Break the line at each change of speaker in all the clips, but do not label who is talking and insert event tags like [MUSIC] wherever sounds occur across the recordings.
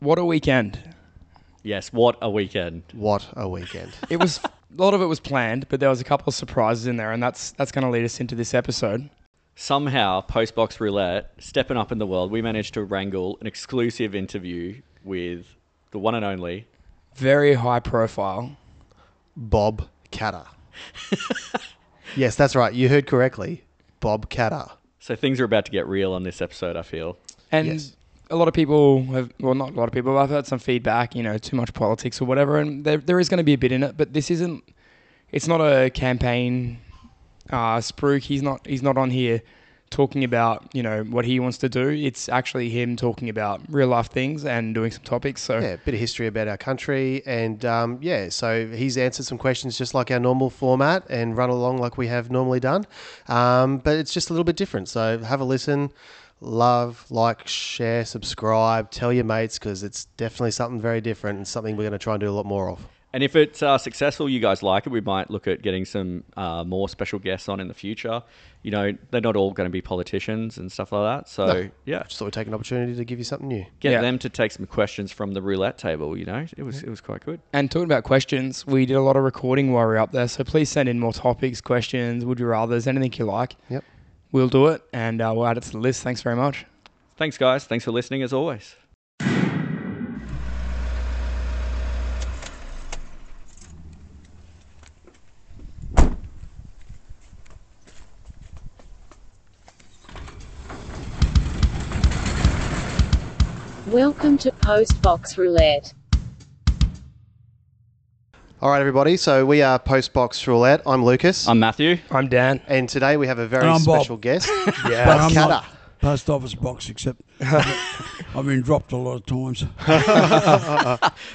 What a weekend.
Yes, what a weekend.
What a weekend.
It was [LAUGHS] a lot of it was planned, but there was a couple of surprises in there and that's that's going to lead us into this episode.
Somehow, Postbox Roulette, stepping up in the world, we managed to wrangle an exclusive interview with the one and only.
Very high profile.
Bob Catter. [LAUGHS] yes, that's right. You heard correctly. Bob Catter.
So things are about to get real on this episode, I feel.
And
Yes.
a lot of people have, well, not a lot of people, but I've heard some feedback, you know, too much politics or whatever, and there, there is going to be a bit in it, but this isn't, it's not a campaign uh, spruik. He's not, he's not on here talking about, you know, what he wants to do. It's actually him talking about real life things and doing some topics. So
Yeah, a bit of history about our country. And um, yeah, so he's answered some questions just like our normal format and run along like we have normally done. Um, but it's just a little bit different. So have a listen, love, like, share, subscribe, tell your mates because it's definitely something very different and something we're going to try and do a lot more of.
And if it's uh, successful, you guys like it, we might look at getting some uh, more special guests on in the future. You know, they're not all going to be politicians and stuff like that. So,
No.
yeah,
Just thought we'd take an opportunity to give you something new.
get
Yeah.
them to take some questions from the roulette table, you know? It was, it was quite good.
And talking about questions, we did a lot of recording while we were up there. So please send in more topics, questions, would you rather's, anything you like.
Yep.
We'll do it and uh, we'll add it to the list. Thanks very much.
Thanks, guys. Thanks for listening, as always.
Welcome to Postbox Roulette.
All right, everybody. So we are Postbox Roulette. I'm Lucas.
I'm Matthew.
I'm [LAUGHS] Dan.
and today we have a very
And I'm Bob.
special guest.
[LAUGHS]
Yeah.
But
Bob
I'm
Catter.
not post office box, except I've been dropped a lot of times.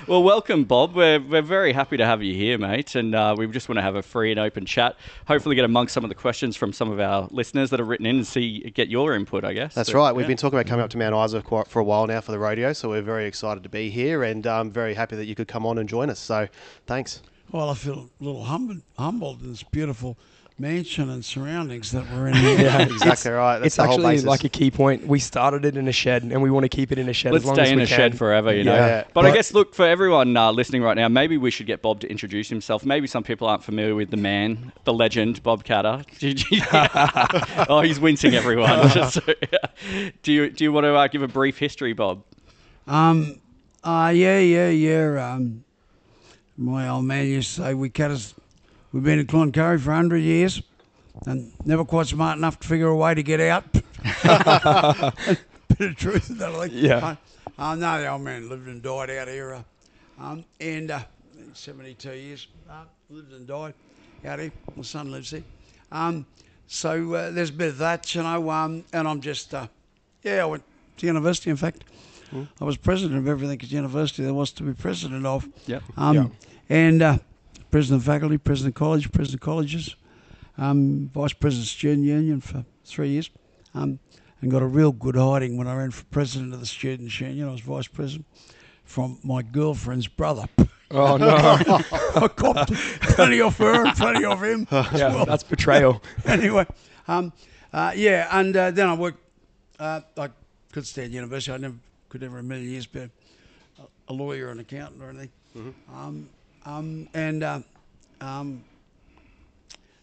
Well, welcome, Bob. We're, we're very happy to have you here, mate. And uh, we just want to have a free and open chat. Hopefully, get amongst some of the questions from some of our listeners that have written in and see get your input. I guess
That's
So,
right. We've
yeah.
been talking about coming up to Mount Isa quite for a while now for the rodeo, so we're very excited to be here and um, very happy that you could come on and join us. So thanks.
Well, I feel a little humbled, humbled in this beautiful mansion and surroundings that we're in. yeah.
Exactly right. That's
it's
the whole
actually
basis.
like a key point. We started it in a shed, and we want to keep it in a shed
Let's
as long as
stay in
we
a
can.
shed forever, you know.
Yeah, yeah.
But, I
But-
guess, look, for everyone uh, listening right now, maybe we should get Bob to introduce himself. Maybe some people aren't familiar with the man, the legend, Bob Catter. [LAUGHS] oh, he's wincing, everyone. [LAUGHS] So, yeah. Do you do you want to uh, give a brief history, Bob?
Um, uh, yeah, yeah, yeah. Um, my old man used to say we cut us, we've been in Cloncurry for 100 years and never quite smart enough to figure a way to get out. [LAUGHS] Bit of truth in that, I think.
Yeah.
Uh, uh, no, the old man lived and died out here. Uh, um, and uh, 72 years, uh, lived and died out here. My son lives here. Um, so uh, there's a bit of that, you know. Um, and I'm just, uh, yeah, I went to university, in fact. I was president of everything at university there was to be president of.
Yep.
Um,
Yeah.
And uh, president of faculty, president of college, president of colleges, um, vice president of student union for three years, um, and got a real good hiding when I ran for president of the students union. I was vice president from my girlfriend's brother.
[LAUGHS]
[LAUGHS]
Oh [LAUGHS] no!
I copped plenty off her and plenty off him.
yeah, that's [LAUGHS] betrayal.
[LAUGHS] anyway, um, uh, yeah, and uh, then I worked. Uh, I could stay at university. I never could ever in a million years be a, a lawyer, an accountant, or anything. Um, um, and uh, um,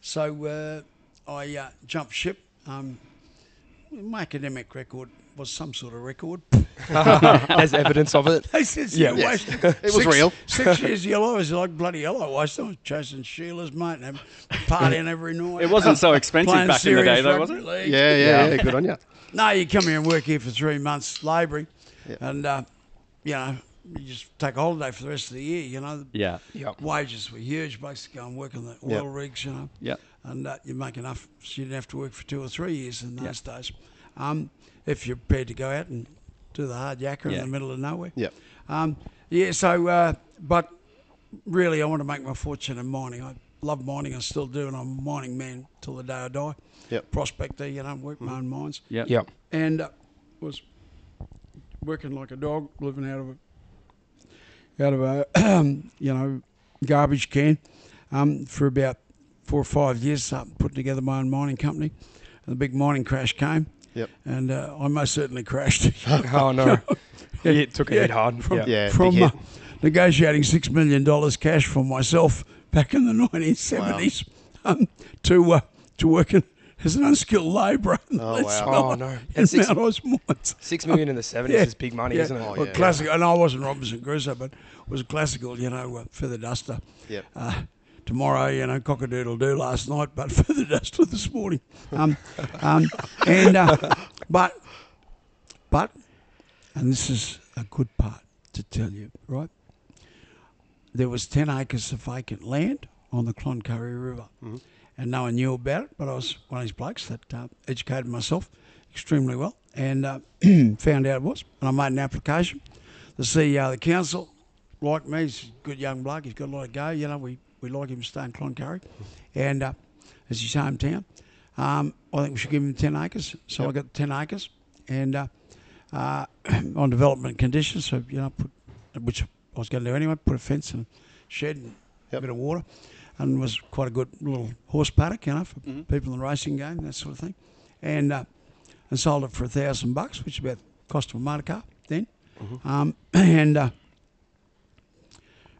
so uh, I uh, jumped ship. Um, my academic record was some sort of record. [LAUGHS]
There's evidence of it.
They said,
Yeah.
yeah,
Yes.
wasted.
was
six,
real.
[LAUGHS] Six years yellow is like bloody yellow. I was still chasing Sheila's mate and partying every night.
It wasn't so expensive
[LAUGHS] Playing
back in the
serious
day, though, was
rugby
it?
league.
yeah, yeah, yeah. Good on you.
No, you come here and work here for three months labouring,
Yeah.
and uh, you know you just take a holiday for the rest of the year. You know,
Yeah.
Yep.
wages were huge. Blokes go and work on the
Yeah.
oil rigs, you know.
Yeah.
And uh, you make enough, so you didn't have to work for two or three years in those days, um, if you're prepared to go out and do the hard yakka in
Yeah.
the middle of nowhere.
Yeah.
Um, yeah, so, uh, but really, I want to make my fortune in mining. I love mining, I still do, and I'm a mining man till the day I die.
Yep. Mm-hmm.
Prospector, you know, work my own mines.
Yeah.
Yep.
And uh, was working like a dog, living out of a, out of a, [CLEARS THROAT] you know, garbage can um, for about four or five years, uh, putting together my own mining company. And the big mining crash came.
Yep.
[LAUGHS]
And uh, I most certainly crashed. [LAUGHS]
Oh no! It took a hit hard.
From,
yeah.
Yeah, big
from uh,
hit.
negotiating six million dollars cash for myself back in the nineteen seventies um, to uh, to working as an unskilled labourer. [LAUGHS]
Oh, wow.
Oh, no.
In
And six-
Mount Osmond.
Six million in the seventies is big money,
yeah.
isn't it? Oh,
Well,
yeah.
classic, and I wasn't Robinson Crusoe, but was a classical, you know, uh, feather duster.
Yep.
Uh, tomorrow, you know, cock a doodle do last night, but [LAUGHS] feather duster this morning. Um, um, and uh, but but, and this is a good part to tell you, right? There was ten acres of vacant land on the Cloncurry River, and no one knew about it. But I was one of these blokes that uh, educated myself extremely well and uh, [CLEARS THROAT] found out it was. And I made an application. The CEO of the council liked me. He's a good young bloke. He's got a lot of go. You know, we, we like him to stay in Cloncurry, and uh, it's his hometown. Um, I think we should give him ten acres. So I got ten acres, and uh, uh, [CLEARS THROAT] on development conditions. So you know, put, which I was going to do anyway. Put a fence and shed and a bit of water, and was quite a good little horse paddock, you know, for people in the racing game, that sort of thing. And uh, and sold it for a thousand bucks, which is about the cost of a motor car then. Um, [CLEARS THROAT] and uh,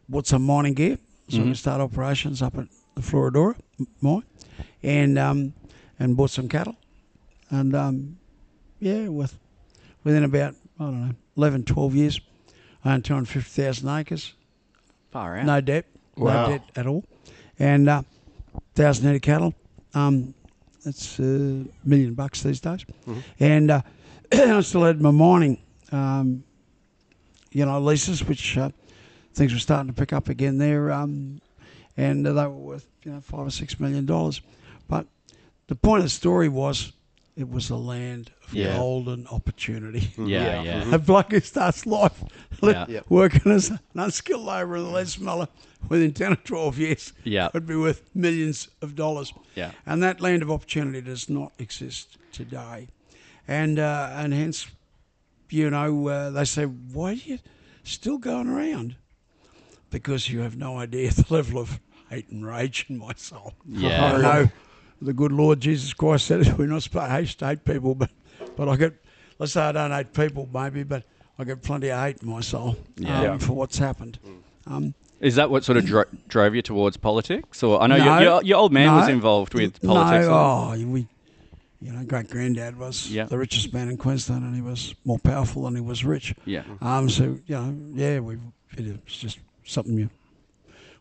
bought some mining gear so I could start operations up at the Floridora m- mine, and um, and bought some cattle, and um, yeah, with within about I don't know 11, 12 years, I owned two hundred fifty thousand acres,
Far out.
no debt,
Wow.
no debt at all, and uh, thousand head of cattle. Um, that's a million bucks these days,
Mm-hmm.
and uh, [CLEARS THROAT] I still had my mining, um, you know, leases, which uh, things were starting to pick up again there, um, and they were worth you know five or six million dollars. But the point of the story was, it was a land of
Yeah. Mm-hmm.
golden opportunity.
Yeah, yeah.
A bloke who starts life li-
Yeah.
Yep.
working as an unskilled labourer in the lead smeller within 10 or 12 years
Yeah.
would be worth millions of dollars.
Yeah.
And that land of opportunity does not exist today. And, uh, and hence, you know, uh, they say, why are you still going around? Because you have no idea the level of hate and rage in my soul.
Yeah.
[LAUGHS] I know the good Lord Jesus Christ said we're not supposed to hate people, but but I get let's say I don't hate people maybe, but I get plenty of hate in my soul
Yeah.
um,
Yeah.
for what's happened. Um,
Is that what sort of dro- drove you towards politics? Or I know
No.
your, your, your old man was
No.
involved with politics.
No, oh, we, you know, great granddad was
Yeah.
the richest man in Queensland, and he was more powerful and he was rich.
Yeah.
Um. So you know, yeah, we it was just something you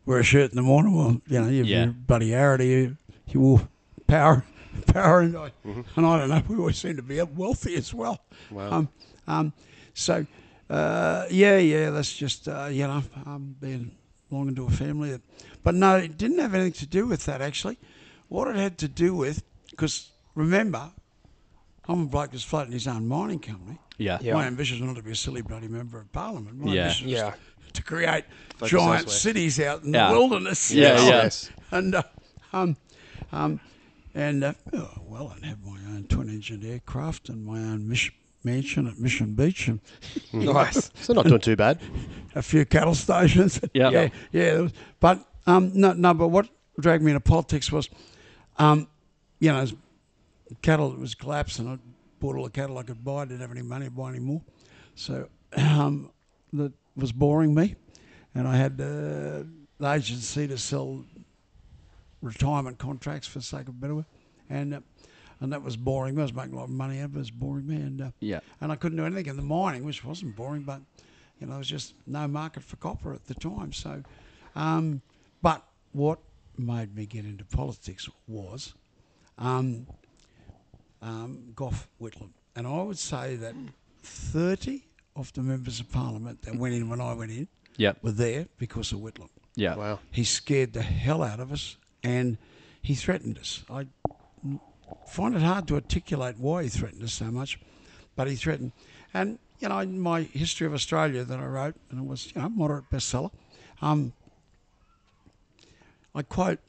wear a shirt in the morning. Well, you know, you,
Yeah.
you bloody Arity, you, you will power, [LAUGHS] power, and I,
Mm-hmm.
and I don't know. We always seem to be wealthy as well. Wow. Um. um so, uh, yeah, yeah, that's just uh, you know, um, being belonging to a family. That, but no, it didn't have anything to do with that actually. What it had to do with, because remember, I'm a bloke that's floating his own mining company.
Yeah.
Yeah.
My ambition was not to be a silly bloody member of parliament. My
Yeah.
ambition was
Yeah.
to create
Focus
giant
elsewhere.
cities out in
Yeah.
the wilderness. [LAUGHS] you
Yeah,
know?
yeah.
Oh, Yes.
And uh, um, um, and uh, oh, well, I'd have my own twin-engine aircraft and my own mission, mansion at Mission Beach and
Nice.
So not doing too bad.
a few cattle stations. [LAUGHS]
Yeah.
yeah, yeah. there was- But um, no, no. But what dragged me into politics was, um, you know, as cattle was collapsing. I bought all the cattle I could buy. I didn't have any money to buy any more, so [CLEARS THROAT] um, that was boring me. And I had uh, the agency to sell retirement contracts for the sake of better, word. and uh, and that was boring. me. I was making a lot of money out of it. It was boring me, and uh,
Yeah.
and I couldn't do anything in the mining, which wasn't boring, but you know, there was just no market for copper at the time. So, um, but what made me get into politics was um, um, Gough Whitlam, and I would say that thirty of the members of parliament that went in when I went in
Yeah.
were there because of Whitlam.
Yeah.
Wow.
He scared the hell out of us, and he threatened us. I find it hard to articulate why he threatened us so much, but he threatened. And you know, in my history of Australia that I wrote, and it was you know moderate bestseller, um, I quote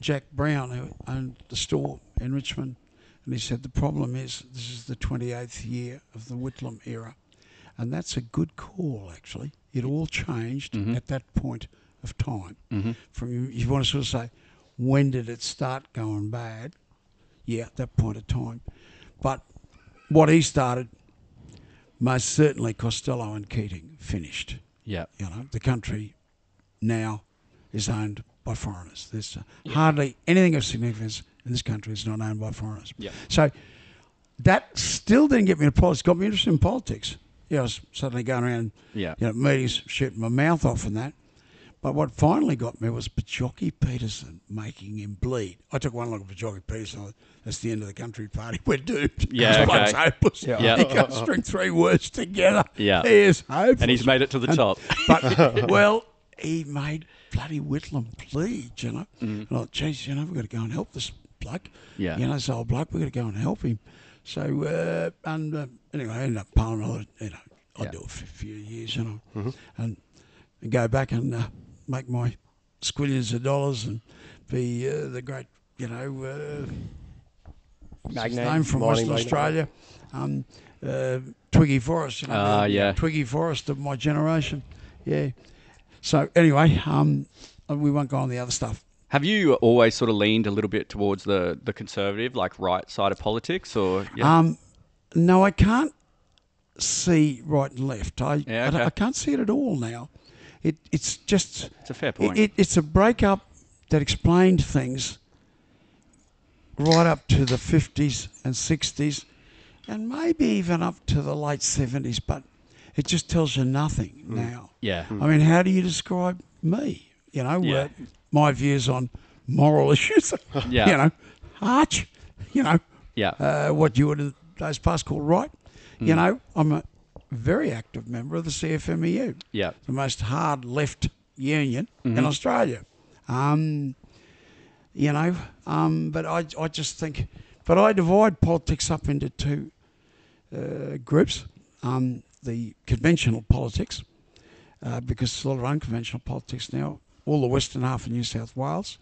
Jack Brown who owned the store in Richmond, and he said the problem is this is the 28th year of the Whitlam era, and that's a good call actually. It all changed at that point of time. From you want to sort of say, when did it start going bad? yeah, at that point of time. But what he started most certainly Costello and Keating finished.
Yeah.
You know, the country now is owned by foreigners. There's uh, hardly anything of significance in this country is not owned by foreigners.
Yeah.
So that still didn't get me into politics. Got me interested in politics. Yeah, I was suddenly going around,
Yeah.
you know, meetings, shooting my mouth off and that. But what finally got me was Pajoki Peterson making him bleed. I took one look at Pajoki Peterson. I thought, That's the end of the country party. [LAUGHS] We're doomed.
Yeah,
This bloke's
okay.
hopeless.
Yeah.
Yeah.
He can't string three words together.
Yeah.
He is hopeless.
And he's made it to the top.
But well, he made bloody Whitlam plead, you know. And I thought, geez, you know, we've got to go and help this bloke.
Yeah.
You know, this old bloke, we've got to go and help him. So, uh, and uh, anyway, I ended up Parliament. I, you know, I do it for a few years, you know, and, and go back and uh, make my squillions of dollars and be uh, the great, you know, uh, what's his
Magnate.
name from
Mining
Western
magnate.
Australia, um, uh, Twiggy Forrest. You know,
Ah,
the
yeah.
Twiggy Forrest of my generation. Yeah. So anyway, um, we won't go on the other stuff.
Have you always sort of leaned a little bit towards the, the conservative, like right side of politics, or yeah,
Um, no, I can't see right and left. I,
Yeah,
I don't-
okay.
I, can't see it at all now. It, it's just
it's a fair
it,
point.
it, it's a breakup that explained things right up to the 50s and 60s and maybe even up to the late 70s, but it just tells you nothing now.
Yeah.
I mean, how do you describe me? You know,
Yeah.
uh, my views on moral [LAUGHS] issues,
Yeah.
you know, arch, you know,
yeah,
uh, what you would in those past call right. You
Mm.
know, I'm a very active member of the CFMEU
yeah,
the most hard left union in
Mm-hmm.
Australia. Um, you know, um, but I, I just think, but I divide politics up into two uh, groups um, the conventional politics, uh, because there's a lot of unconventional politics now, all the western half of New South Wales.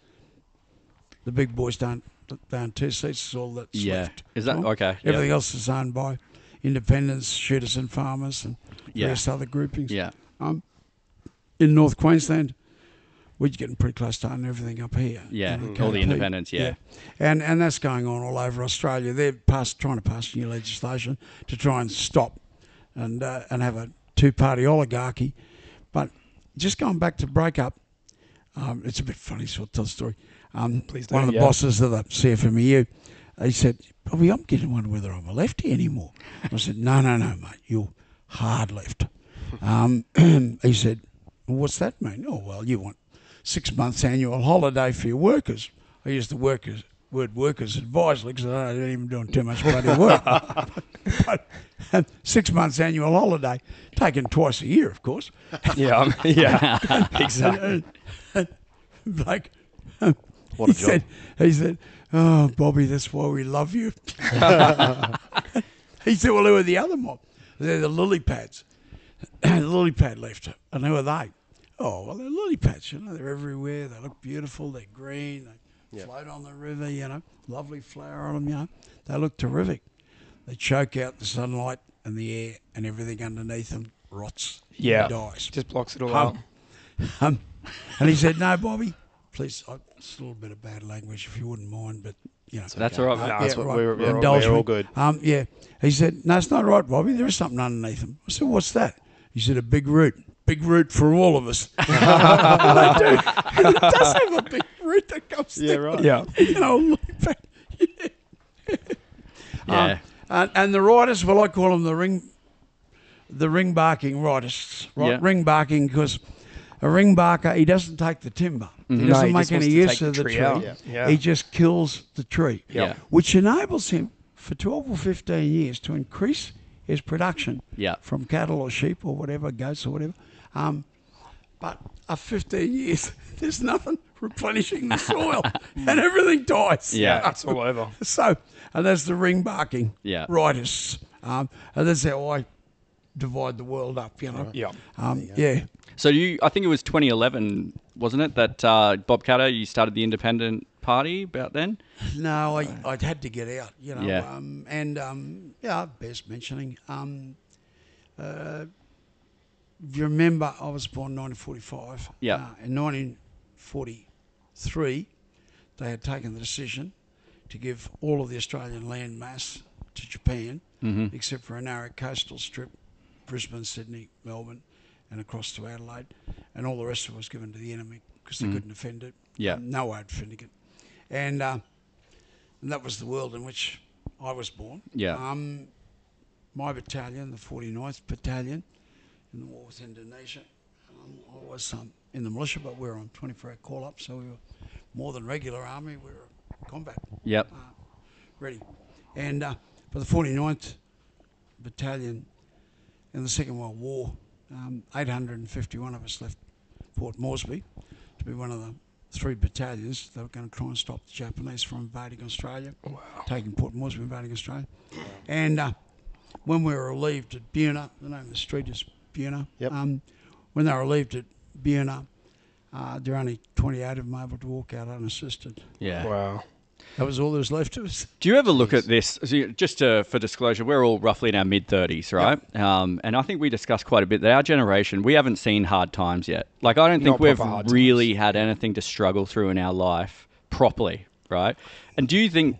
The big boys don't, they own two seats, is all that's
Yeah.
left.
Is that-
Well,
okay, yeah.
Everything else is owned by independents, shooters, and farmers, and
Yeah.
various other groupings
yeah,
in North Queensland, we're getting pretty close to owning everything up here.
Yeah,
You know,
mm. all the
KP.
independents, yeah.
and and that's going on all over Australia. They're pass, trying to pass new legislation to try and stop and uh, and have a two-party oligarchy. But just going back to breakup, um, it's a bit funny, so I'll tell the story. Um, one of
do,
the
yeah.
bosses of the CFMEU, he said, Bobby, I'm getting to wonder whether I'm a lefty anymore. I said, no, no, no, mate, you're
[LAUGHS]
hard left. Um, [CLEARS THROAT] he said, well, what's that mean? Oh, well, you want six months annual holiday for your workers. I use the workers word workers advisedly because I don't even doing too much bloody
[LAUGHS]
work. [LAUGHS] but, [LAUGHS] um, six months annual holiday, taken twice a year, of course.
Yeah, um, [LAUGHS] yeah, exactly.
[LAUGHS] Like,
What a
he
job.
said, he said, "Oh, Bobby, that's why we
[LAUGHS]
love you." he said, "Well, who are the other mob? They're the lily pads. [CLEARS THROAT] the lily pad left, and who are they? Oh, well, they're lily pads. You know, they're everywhere. They look beautiful. They're green. They float on the river. You know, lovely flower on them. You know, they look terrific. They choke out the sunlight and the air, and everything underneath them rots. and
Yeah,
dies.
just blocks it all
Hum.
out.
Um, and he said, "No, Bobby, please. I, it's a little bit of bad language, if you wouldn't mind, but you know,
that's all right.
No,
mate.
that's
yeah,
what
right.
we're, we're all-
Indulge
we're all
me.
good.
Um, yeah, he said, "No, it's not right, Bobby. There is something underneath him." I said, "What's that?" He said, "A big root, big root for all
[LAUGHS]
of us." [LAUGHS] Dude, [LAUGHS] it does have a big root that comes. Yeah,
right.
Yeah,
You know, [LAUGHS] look back.
yeah,
Um, and, and the writers, well, I call them the ring, the ring barking writers, right?
Yeah.
Ring barking because a ring barker he doesn't take the timber, he doesn't
Mm-hmm. he
make
just
any
wants to take
use
the
of the tree.
tree out. Yeah. Yeah.
He just kills the tree,
Yeah.
which enables him for twelve or fifteen years to increase his production
Yeah.
from cattle or sheep or whatever, goats or whatever. Um, but after 15 years, [LAUGHS] there's nothing replenishing the
[LAUGHS]
soil and everything dies.
Yeah.
it's all over.
[LAUGHS] So, and that's the ring barking
Yeah.
rightists. Um, and that's how I divide the world up, you know.
Yeah.
Um, yeah.
So you, I think it was 2011, wasn't it? That uh, Bob Catter, you started the Independent Party about then.
No, I, I'd had to get out, you know.
Yeah.
Um, and um, yeah, best mentioning. Um, uh, if you remember, I was born in 1945.
Yeah.
Uh, in 1943, they had taken the decision to
Mm-hmm.
give all of the Australian land mass to Japan, except for a narrow coastal strip Brisbane, Sydney, Melbourne, and across to Adelaide, and all the rest of it was given to the enemy because they couldn't defend it.
Mm. Yeah.
no way to defend it, and uh, and that was the world in which I was born.
Yeah.
um, my battalion, the 49th Battalion, in the war with Indonesia. Um, I was um, in the militia, but we were on 24-hour call-up, so we were more than regular army. We were combat
Yep.
ready. And uh, for the 49th Battalion in the Second World War, um, 851 of us left Port Moresby to be one of the three battalions that were going to try and stop the Japanese from invading Australia, taking Port Moresby, invading Australia. And uh, when we were relieved at Buna, the name of the street is Buna.
Yep.
Um, when they were relieved at Buna, uh, there were only 28 of them able to walk out unassisted.
Yeah.
Wow.
That was all that was left of us.
Do you ever look at this? so you- Just to, for disclosure, we're all roughly in our mid 30s, right? Um, and I think we discussed quite a bit that our generation, we haven't seen hard times yet. Like, I don't think
Not
we've
proper hard
really had anything to struggle through in our life properly, right? And do you think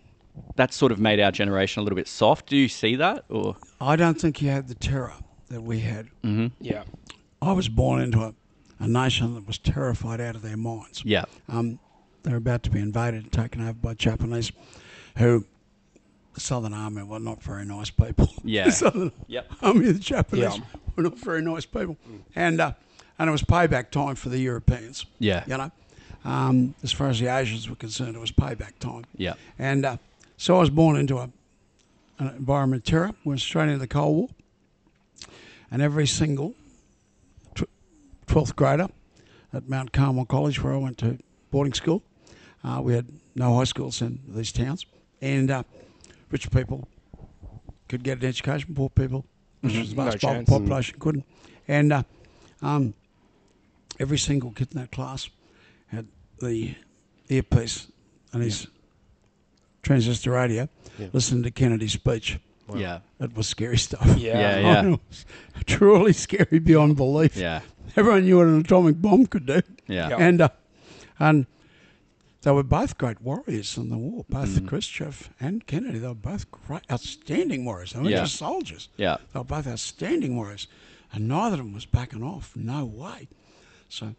that's sort of made our generation a little bit soft? Do you see that? Or
I don't think you had the terror that we had.
Yeah.
I was born into a, a nation that was terrified out of their minds.
Yeah.
Um, they're about to be invaded and taken over by Japanese, who, the Southern Army were not very nice people. [LAUGHS]
Yeah.
The Southern
Yep.
Army, the Japanese
Yeah.
were not very nice people. And, uh, and it was payback time for the Europeans.
Yeah.
You know, um, as far as the Asians were concerned, it was payback time.
Yeah.
And uh, so I was born into a, an environment of terror. Went straight into the Cold War. And every single tw- 12th grader at Mount Carmel College, where I went to boarding school, uh, we had no high schools in these towns. And uh, rich people could get an education, poor people, which was the
Mm-hmm. No
vast bulk
chance. Mm.
population, couldn't. And uh, um, every single kid in that class had the earpiece and his transistor radio, listening to Kennedy's speech.
Yeah.
It was scary stuff.
Yeah.
Yeah.
[LAUGHS] It was truly scary beyond belief.
Yeah.
Everyone knew what an atomic bomb could do.
Yeah.
Yeah.
And uh, and they were both great warriors in the war, both
Mm-hmm.
Khrushchev and Kennedy. They were both great, outstanding warriors. They were
Yeah.
just soldiers.
Yeah.
They were both outstanding warriors. And neither of them was backing off. No way. So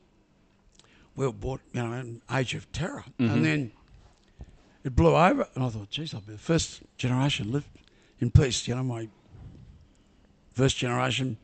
we were brought, you know, in age of terror. And then it blew over. And I thought, geez, I'll be the first generation lived in peace. You know, my first generation,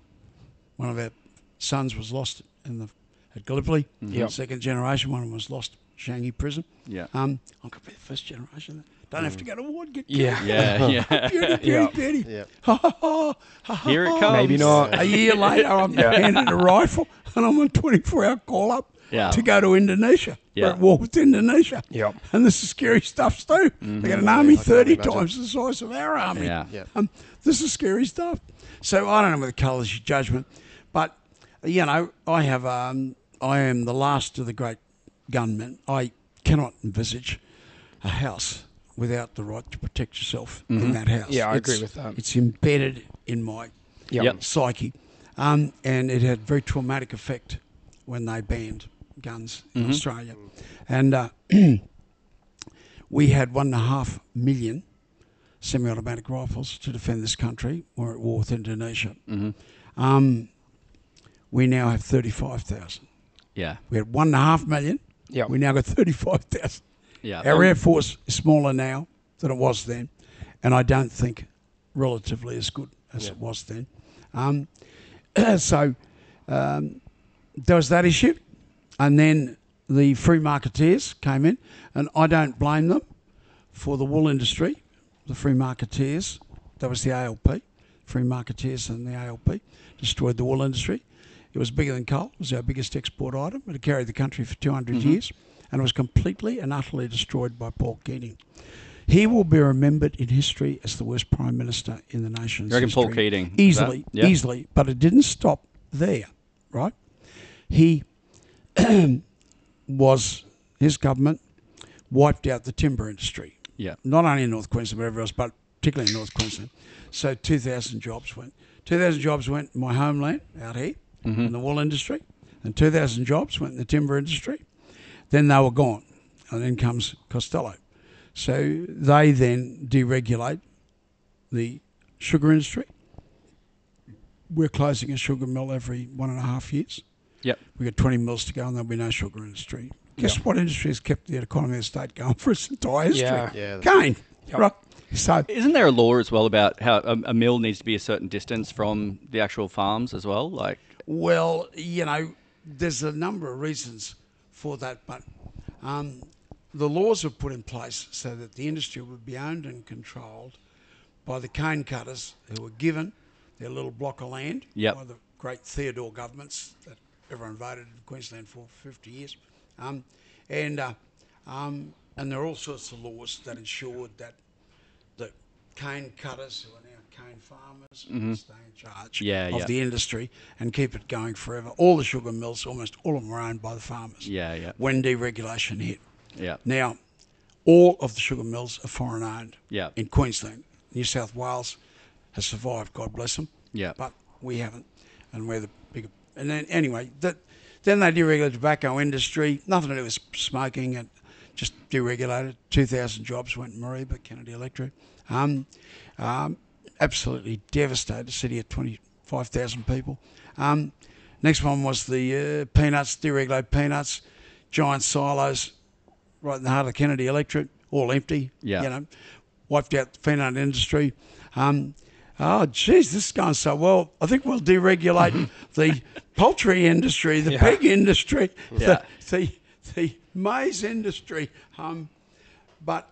one of our sons was lost in the at Gallipoli.
Yep.
Second generation, one of them was lost Shanghai prison.
Yeah.
Um, I could be the first generation. that Don't have to go to war. and Get
Yeah.
Yeah. [LAUGHS] Yeah.
Beauty,
Yeah.
beauty,
Yeah.
beauty. [LAUGHS] Ha, ha, ha, ha, ha,
Here it
[LAUGHS] ha.
comes.
Maybe not.
A
[LAUGHS]
year later, I'm handed a rifle and I'm on 24 hour call up
Yeah.
to go to Indonesia.
Yeah.
We're at war with Indonesia.
Yep. Mm-hmm.
And this is scary stuff, too. They got an army
I can
30
imagine.
times the size of our army.
Yeah.
Yeah.
Um, this is scary stuff. So I don't know whether colours your judgment, but you know, I have um, I am the last of the great gunmen. I cannot envisage a house without the right to protect yourself
Mm-hmm.
in that house.
Yeah, I
It's-
agree with that.
It's embedded in my
Yeah.
Yep.
psyche, um, and it had very traumatic effect when they banned guns in Australia, and uh, [CLEARS THROAT] we had one and a half million semi-automatic rifles to defend this country. We're at war with Indonesia. Um, we now have thirty-five thousand.
Yeah.
We had one and a half million.
Yeah.
We now got thirty-five thousand.
Yeah.
Our air force is smaller now than it was then, and I don't think relatively as good as it was then. Um, [CLEARS THROAT] so um, there was that issue, and then the free marketeers came in, and I don't blame them for the wool industry, the free marketeers. That was the ALP, free marketeers and the ALP destroyed the wool industry. It was bigger than coal. It was our biggest export item. It had carried the country for 200
Mm-hmm.
years, and it was completely and utterly destroyed by Paul Keating. He will be remembered in history as the worst prime minister in the nation's
You reckon
history.
Paul Keating was that?
easily,
Yeah.
easily. But it didn't stop there, right? He [CLEARS THROAT] was his government wiped out the timber industry
Yeah.
not only in North Queensland but everywhere else, but particularly in North Queensland. So 2,000 jobs went. 2,000 jobs went in my homeland out here in the wool industry, and 2,000 jobs went in the timber industry. Then they were gone, and then comes Costello. So they then deregulate the sugar industry, we're closing a sugar mill every one and a half years.
Yep.
We got 20 mills to go, and there'll be no sugar industry. Guess what industry has kept the economy of the state going for its entire history?
Yeah.
Yeah.
Cane. Right. So
Isn't there a law as well about how a, a mill needs to be a certain distance from the actual farms as well? Like,
Well, you know, there's a number of reasons for that, but um, the laws were put in place so that the industry would be owned and controlled by the cane cutters who were given their little block of land
Yep.
by the great Theodore governments that everyone voted in Queensland for 50 years. Um, and, uh, um, and there are all sorts of laws that ensured that the cane cutters, who are now cane farmers, stay in charge
Mm-hmm. Yeah,
of
yeah.
the industry and keep it going forever. All the sugar mills, almost all of them, are owned by the farmers.
Yeah, yeah.
When deregulation hit,
yeah,
now all of the sugar mills are foreign owned.
Yeah.
In Queensland, New South Wales has survived. God bless them.
Yeah.
But we haven't, and we're the bigger. And then anyway, that then they deregulated the tobacco industry. Nothing to do with smoking and just deregulated. Two thousand jobs went Mariba, Kennedy Electric. Um, um, absolutely devastated a city of twenty five thousand people. Um, next one was the uh, peanuts deregulate peanuts, giant silos right in the heart of Kennedy electorate, all empty.
Yeah.
You know, wiped out the peanut industry. Um, oh, geez, this is going so well. I think we'll
[LAUGHS]
deregulate the poultry industry, the pig industry,
Yeah.
the, the, the maize industry. Um, but,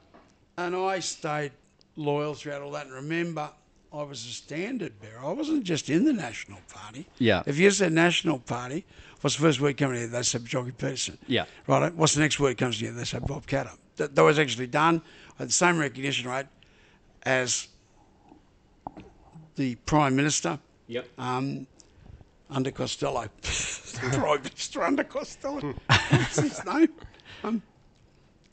and I stayed loyal throughout all that. And remember, I was a standard bearer. I wasn't just in the National Party.
Yeah.
If you said National Party, what's the first word coming to you? They said Jockey Peterson.
Yeah.
Right. What's the next word comes to you? They said Bob Catter. That, that was actually done at the same recognition rate as the Prime Minister
yep.
um, under Costello. [LAUGHS]
[LAUGHS]
Prime Minister under Costello. [LAUGHS] What's his name? Um,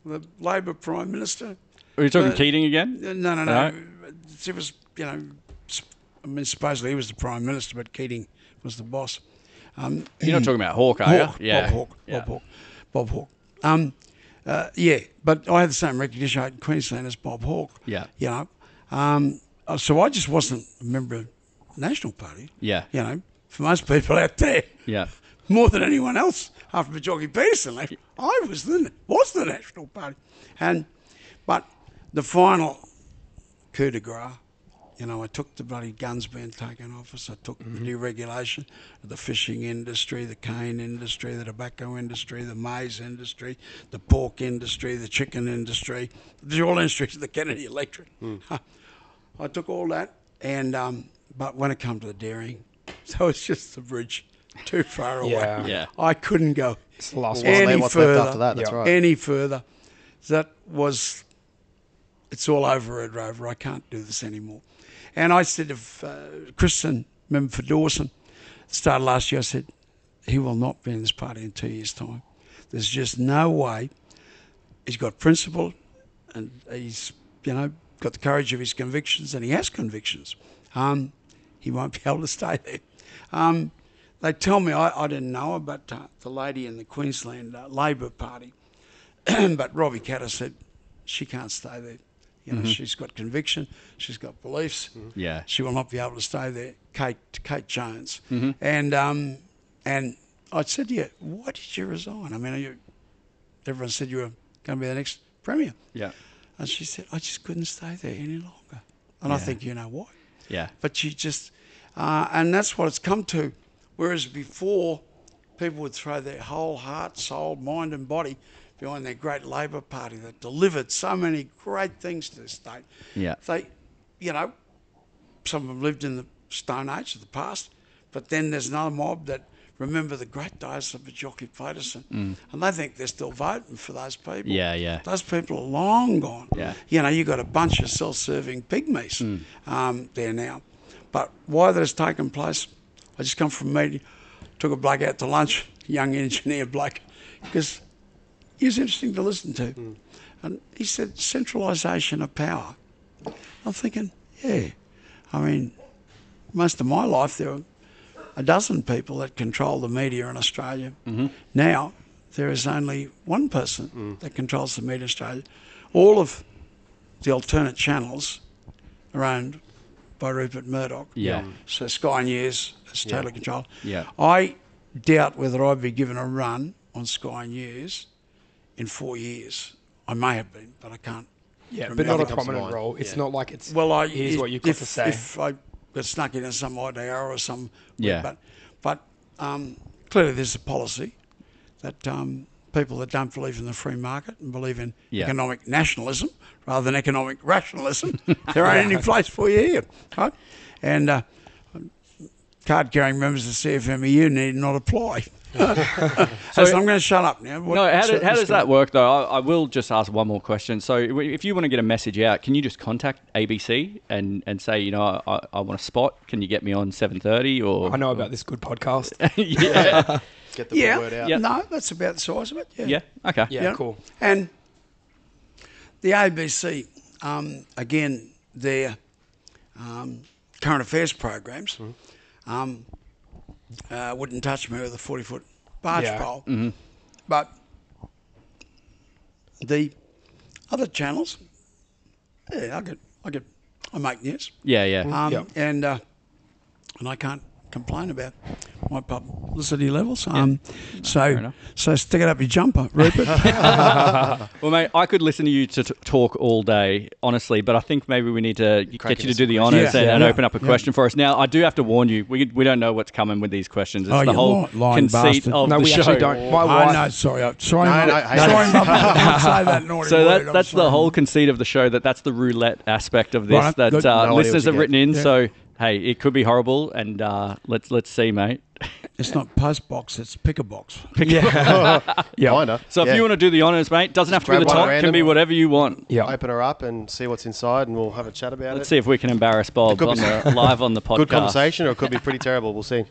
the Labor Prime Minister.
Are you talking
uh,
Keating again?
No, no, no.
No?
It was, you know, sp- I mean, supposedly he was the Prime Minister, but Keating was the boss. Um,
You're not talking about Hawke, are
Hawke,
you? Oh, Yeah.
Bob Hawke.
yeah.
Bob Hawke. Bob Hawke. Um, uh, yeah, but I had the same recognition in Queensland as Bob Hawke.
Yeah.
You know, um, uh, so I just wasn't a member of the National Party.
Yeah.
You know, for most people out there,
Yeah.
more than anyone else after Bajorgi Peterson left, I was the, was the National Party. And, but the final coup de grace. You know, I took the bloody guns being taken off us. I took the deregulation of the fishing industry, the cane industry, the tobacco industry, the maize industry, the pork industry, the chicken industry, the all industries of the Kennedy Electric. [LAUGHS] I took all that, and um, but when it come to the dairying, [LAUGHS] so it's just the bridge too far away.
Yeah.
Yeah.
I couldn't go
It's the last
any
one.
what's left
further,
after that, that's Yeah. right.
Any further, that was, it's all over, Red Rover. I can't do this anymore. And I said of uh, Kristen, member for Dawson, started last year. I said he will not be in this party in two years' time. There's just no way. He's got principle, and he's you know got the courage of his convictions, and he has convictions. Um, he won't be [LAUGHS] able to stay there. Um, they tell me, I, I didn't know her, but uh, the lady in the Queensland uh, Labor Party, [CLEARS THROAT] but Robbie Catter said she can't stay there. You know, she's got conviction, she's got beliefs.
Yeah.
She will not be able to stay there. Kate, Kate Jones, and um, and I said, yeah, why did you resign? I mean, are you, everyone said you were going to be the next premier,
Yeah.
and she said, I just couldn't stay there any longer, and I think you know why
Yeah.
but you just uh, and that's what it's come to whereas before people would throw their whole heart soul mind and body behind their great labour party that delivered so many great things to the state
Yeah.
they you know some of them lived in the stone age of the past but then there's another mob that remember the great days of Jockey Peterson and they think they're still voting for those people
Mm. Yeah, yeah.
those people are long gone.
Yeah.
You know, you got a bunch of self-serving pygmies um, there now. But why that has taken place, I just come from a meeting, took a bloke out to lunch, [LAUGHS] young engineer bloke, because he was interesting to listen to. And he said, centralisation of power. I'm thinking, yeah. I mean, most of my life there were a dozen people that control the media in Australia.
Mm-hmm.
Now there is only one person
Mm.
that controls the media in Australia. All of the alternate channels are owned by Rupert Murdoch.
Yeah.
So Sky News is totally controlled.
Yeah.
I doubt whether I'd be given a run on Sky News in four years. I may have been, but I can't.
Yeah,
remember.
but not a
comes to
prominent
mind.
role. It's not like it's
Well, I
here's
if-
what you've got
if-
to say.
If I got snuck in in some IDR or some
Yeah.
but but um, clearly there's a policy that um, people that don't believe in the free market and believe in
Yeah.
economic nationalism rather than economic [LAUGHS]
[LAUGHS]
rationalism, there ain't any place for you here, right? And uh, card-carrying members of CFMEU E need
[LAUGHS]
not apply. [LAUGHS] so, I'm going to shut up now. What-
No, how,
so-
do, how does
so-
that work though? I, I will just ask one more question. So, i- if you want to get a message out, can you just contact ABC and, and say, you know, I- I, I want a spot. Can you get me on seven thirty or?
I know about this good
[LAUGHS]
podcast.
[LAUGHS] yeah,
Get the word
Yeah,
out.
Yeah.
no, that's about the size of it.
yeah, okay,
Yeah, cool.
And the ABC, um, again, their um, current affairs programs
Mm-hmm.
um, uh, wouldn't touch me with a 40 foot barge
Yeah. Mm-hmm.
pole. But the other channels, yeah, I could, I could, I make news.
yeah, yeah.
Um,
Yeah.
And uh, and I can't complain about my publicity levels. Um, so
enough.
so stick it up your jumper, Rupert.
[LAUGHS]
Well, mate, I could listen to you to t- talk all day, honestly, but I think maybe we need to get you to
us
do the honors
Yeah.
and, and
Yeah.
open up a question for us. Now, I do have to warn you, we, we don't know what's coming with these questions. It's
Oh,
the
you
whole
lying
conceit
bastard.
of
no,
the
we
show.
actually don't. My
I
wife.
know. Ah, Sorry, I- sorry,
No,
mum.
no, hey, hey.
sorry, mum. Don't say that
[LAUGHS]
naughty
So
word,
that,
I'm
that's the
sorry.
whole conceit of the show that that's the roulette aspect of this
Right.
that
Good.
uh,
No idea
listeners
what
have
you get.
written in.
Yeah.
So hey, it could be horrible, and uh, let's let's see, mate.
It's not post box. It's picker box.
yeah.
Kinda.
So if
[LAUGHS] Yeah.
you want to do the honors, mate, doesn't have to be
grab
the
one
top,
random.
can be whatever you want.
Yeah.
open her up and see what's inside, and we'll have a chat about
Let's
it.
see if we can embarrass Bob
could
on
be-
the, live on the podcast.
Good conversation, or it could be pretty terrible. We'll see.
It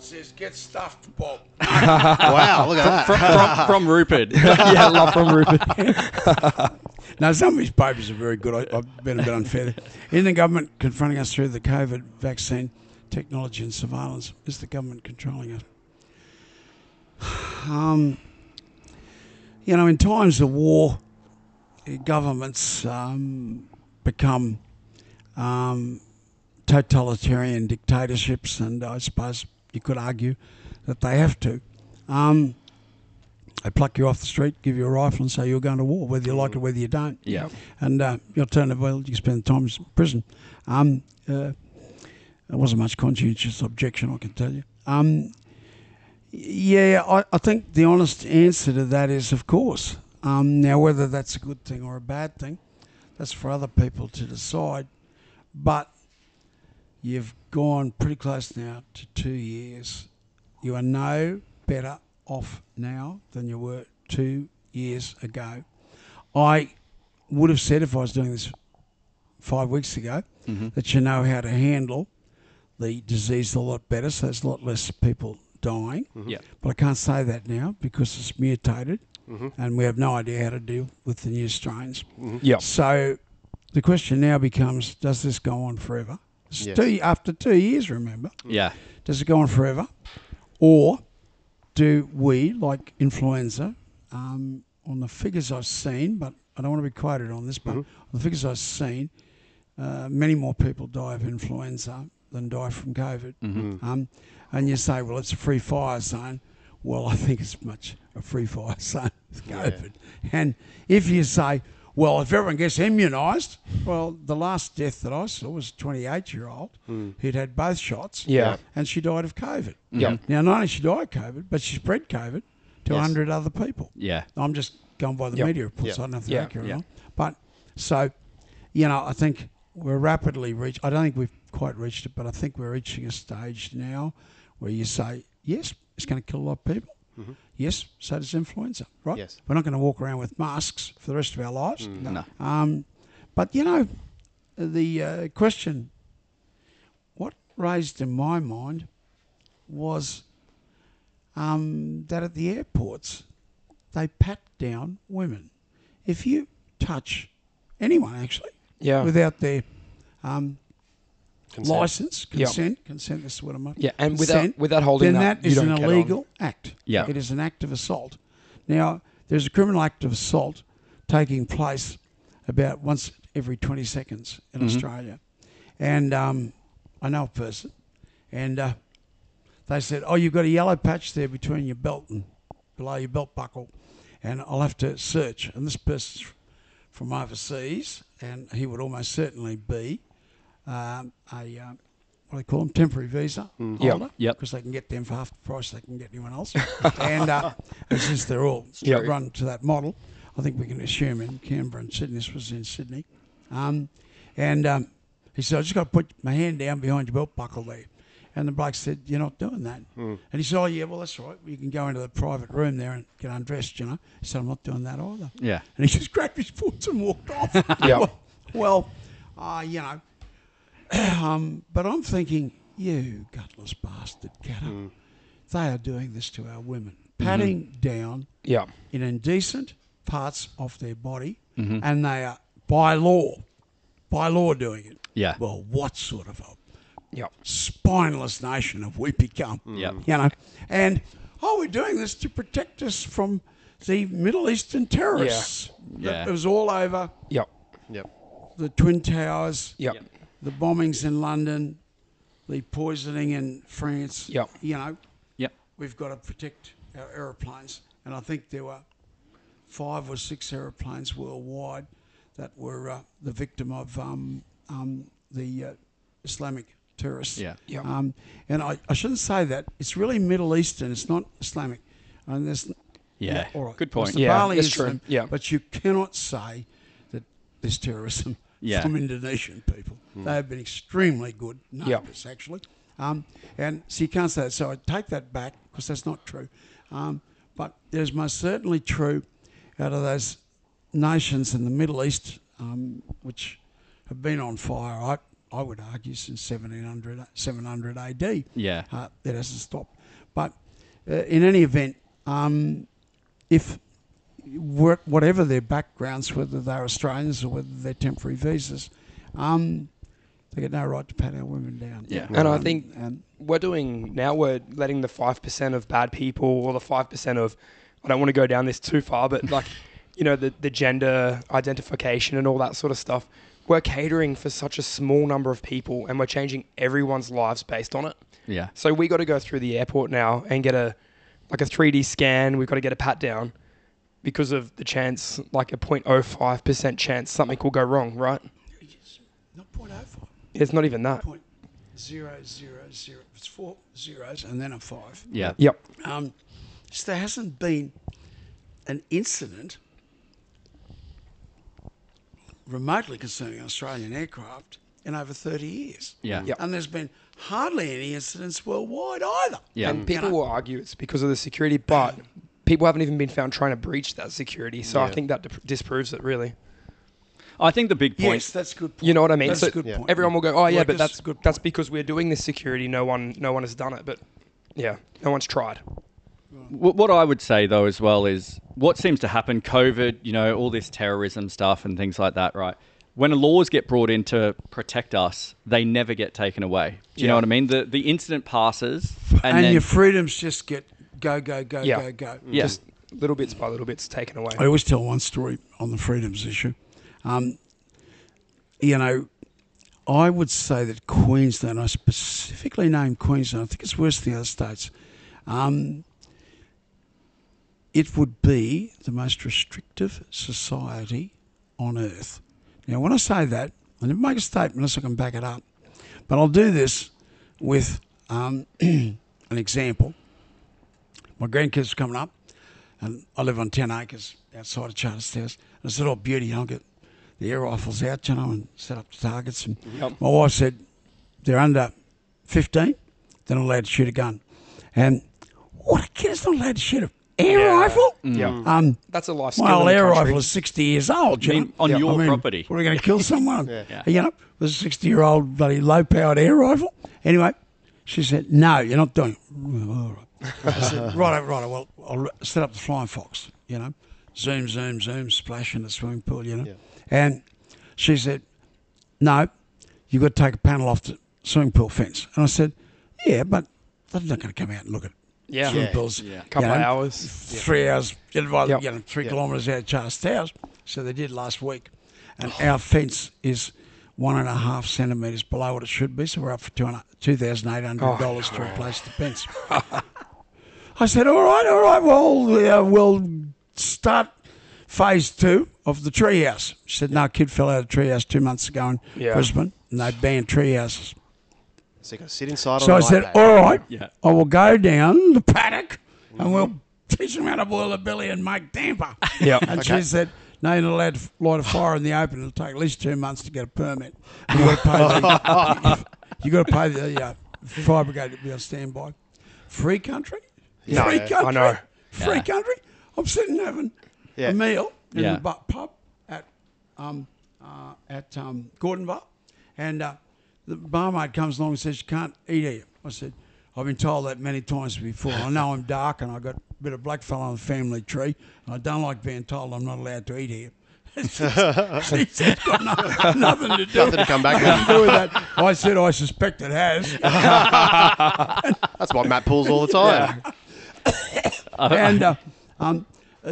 says get stuffed, Bob.
Wow, [LAUGHS] look at that.
from, from, from Rupert.
yeah, love from Rupert.
[LAUGHS] now some of these papers are very good. I, I've been a bit unfair. there. Isn't the government confronting us through the COVID vaccine technology and surveillance? Is the government controlling us? Um, you know, in times of war, eh, governments um, become um, totalitarian dictatorships, and I suppose you could argue that they have to. Um, they pluck you off the street, give you a rifle, and say you're going to war, whether you like it, whether you don't.
Yeah.
And uh, your turn of well, you spend time in prison. Um, uh, there wasn't much conscientious objection, I can tell you. Um, yeah, I, I think the honest answer to that is, of course. Um, now, whether that's a good thing or a bad thing, that's for other people to decide. But you've gone pretty close now to two years. You are no better off now than you were two years ago. I would have said if I was doing this five weeks ago that you know how to handle the disease a lot better, so there's a lot less people dying.
Yeah.
Mm-hmm.
But I can't say that now because it's mutated and we have no idea how to deal with the new strains.
Yeah.
So the question now becomes does this go on forever? It's
Yes.
two, after two years, remember?
Yeah.
Mm-hmm.
Does it go on forever? Or do we, like influenza, um, on the figures I've seen, but I don't want to be quoted on this, but on the figures I've seen, uh, many more people die of influenza than die from COVID. Um, and you say, well, it's a free fire zone. Well, I think it's much a free fire [LAUGHS] zone with COVID. And if you say, well, if everyone gets immunised, well, the last death that I saw was a 28 year old who'd had both shots
Yeah.
and she died of COVID.
Yeah.
Now, not only she died of COVID, but she spread COVID to a 100 other people.
Yeah.
I'm just going by the
Yep.
media reports. I don't know if they're
Yeah.
accurate
Yeah.
or not. But so, you know, I think we're rapidly reach. I don't think we've quite reached it, but I think we're reaching a stage now where you say, yes, it's going to kill a lot of people. Yes, so does influenza, right?
Yes.
We're not going to walk around with masks for the rest of our lives.
No.
Um, but you know, the uh, question, what raised in my mind, was um, that at the airports they pat down women. If you touch anyone, actually,
Yeah.
without their um,
Consent.
license,
Yeah.
consent, consent. This is what I'm.
Yeah, and without- without holding
then
that,
that
you
is
don't
an
get on.
illegal act.
Yeah.
it is an act of assault. Now, there's a criminal act of assault taking place about once every 20 seconds in
Mm-hmm.
Australia. And um, I know a person, and uh, they said, Oh, you've got a yellow patch there between your belt and below your belt buckle, and I'll have to search. And this person's from overseas, and he would almost certainly be um, a um, what do they call them temporary visa
Yep.
holder,
Yep.
because they can get them for half the price they can get anyone else. and uh, and since they're all
Yep.
run to that model, I think we can assume in Canberra and Sydney. This was in Sydney, um, and um, he said, "I just got to put my hand down behind your belt buckle there." And the bloke said, "You're not doing that." And he said, "Oh yeah, well that's all right. You can go into the private room there and get undressed, you know." He said, "I'm not doing that either."
Yeah.
And he just grabbed his boots and walked off.
Yeah.
Well, uh, you know, [CLEARS THROAT] um, but I'm thinking, you gutless bastard, Catter, they are doing this to our women, patting down
Yeah.
in indecent parts of their body,
Mm-hmm.
and they are by law, by law doing it.
Yeah.
Well, what sort of a
Yeah.
spineless nation have we become?
Yep.
You know, and oh, we're doing this to protect us from the Middle Eastern terrorists.
Yeah.
It was all over
Yeah.
Yep.
the Twin Towers,
Yeah.
the bombings in London, the poisoning in France.
Yep.
You know,
Yep.
we've got to protect our aeroplanes. And I think there were five or six aeroplanes worldwide that were uh, the victim of um, um, the uh, Islamic terrorists.
Yeah.
Yeah.
Um, and I, I shouldn't say that. It's really Middle Eastern. It's not Islamic. And there's,
Yeah.
all right.
Good
There's
point.
the
Yeah,
Bali
that's true.
Islam,
Yeah.
But you cannot say that there's terrorism [LAUGHS]
Yeah. Hmm.
from Indonesian people. They have been extremely good neighbours, actually. Um, and so you can't say that. So I take that back because that's not true. Um, but it is most certainly true out of those nations in the Middle East, um, which have been on fire, I, I would argue, since 1700, 700 AD.
Yeah.
Uh, it hasn't stopped. But uh, in any event, um, if wha- whatever their backgrounds, whether they're Australians or whether they're temporary visas, um, they get no right to pat our women down.
Yeah.
And I
Um,
think-
and
We're doing now. We're letting the five percent of bad people, or the five percent of. I don't want to go down this too far, but
[LAUGHS]
like, you know, the the gender identification and all that sort of stuff. We're catering for such a small number of people, and we're changing everyone's lives based on it.
Yeah.
So we got to go through the airport now and get a like a 3D scan. We've got to get a pat down because of the chance, like a 0.05 percent chance something will go wrong. Right?
not point oh five,
It's not even that.
point zero zero zero. It's four zeros and then a five.
Yeah.
Yep.
Um, so there hasn't been an incident remotely concerning Australian aircraft in over 30 years.
Yeah.
Yep.
And there's been hardly any incidents worldwide either.
Yeah.
And people will argue it's because of the security, but people haven't even been found trying to breach that security. So I
Yeah.
think that dip- disproves it really.
I think the big point.
Yes, that's a good point.
You know what I mean?
That's
so
a good point.
everyone will go, "Oh yeah,
Like,
but
that's
that's
a good
that's because we're doing this security. No one, no one has done it, but yeah, no one's tried."
Wh- What I would say though, as well, is what seems to happen. COVID, you know, all this terrorism stuff and things like that, right? When laws get brought in to protect us, they never get taken away. Do you know
Yeah.
what I mean? The the incident passes, and,
and
then,
your freedoms just get go, go, go,
Yeah.
go, go.
yeah,
Just little bits by little bits taken away.
I always tell one story on the freedoms issue. Um, you know, I would say that Queensland, I specifically name Queensland, I think it's worse than the other states. Um, it would be the most restrictive society on earth. Now, when I say that, I never make a statement unless I can back it up, but I'll do this with um, an example. My grandkids are coming up, and I live on 10 acres outside of Charterstairs. And I said, Oh, beauty, I'll get the air rifles out, you know, and set up the targets. And my wife said, They're under 15, they're not allowed to shoot a gun. And what a kid is not allowed to shoot an air rifle?
Yeah,
Um,
that's a life skill. in
well,
the
air
country.
rifle is 60 years old. You
I mean,
know?
on
Yeah.
your
I mean,
property.
We're going to [LAUGHS] kill someone. You know, with a 60 year old bloody low powered air rifle. Anyway, she said, No, you're not doing it. [LAUGHS] Well, All right. I said, Right, right. Well, I'll set up the flying fox, you know, zoom, zoom, zoom, splash in the swimming pool, you know. And she said, No, you've got to take a panel off the swimming pool fence. And I said, Yeah, but they're not going to come out and look at
Yeah.
swimming
Yeah.
pools.
Yeah.
Couple
you
of
know
hours.
three hours, you know,
Yep.
you know, three kilometres out of Charles Towers. So they did last week. and our fence is one and a half centimetres below what it should be, so we're up for two and a-
Oh,
$2,800 to replace the
[LAUGHS]
fence. I said, all right, all right, well, uh, we'll start phase two of the treehouse. She said, no, kid fell out of treehouse two months ago in
Yeah.
Brisbane, and they banned treehouses.
So you got to sit inside
So I
on an
said,
iPad.
all right,
Yeah.
I will go down the paddock and we'll teach them how to boil a billy and make damper.
Yeah.
And she said, no, you're not allowed to light a fire in the open. It'll take at least two months to get a permit. you got to pay the, you got to pay the uh, fire brigade to be on standby. Free country?
Yeah.
Free
Yeah.
country?
I know.
Free
Yeah.
country? I'm sitting having
Yeah.
a meal in
Yeah.
the bu- pub at um, uh, at um, Gordon Bar, and uh, the barmaid comes along and says, "You can't eat here." I said, "I've been told that many times before. I know I'm dark and I got a bit of black fella on the family tree, and I don't like being told I'm not allowed to eat here." [LAUGHS] she said, "Got no- [LAUGHS] nothing to do
Nothing to come back
[LAUGHS]
with.
with that." I said, "I suspect it has."
That's what Matt pulls all the time.
and uh, um,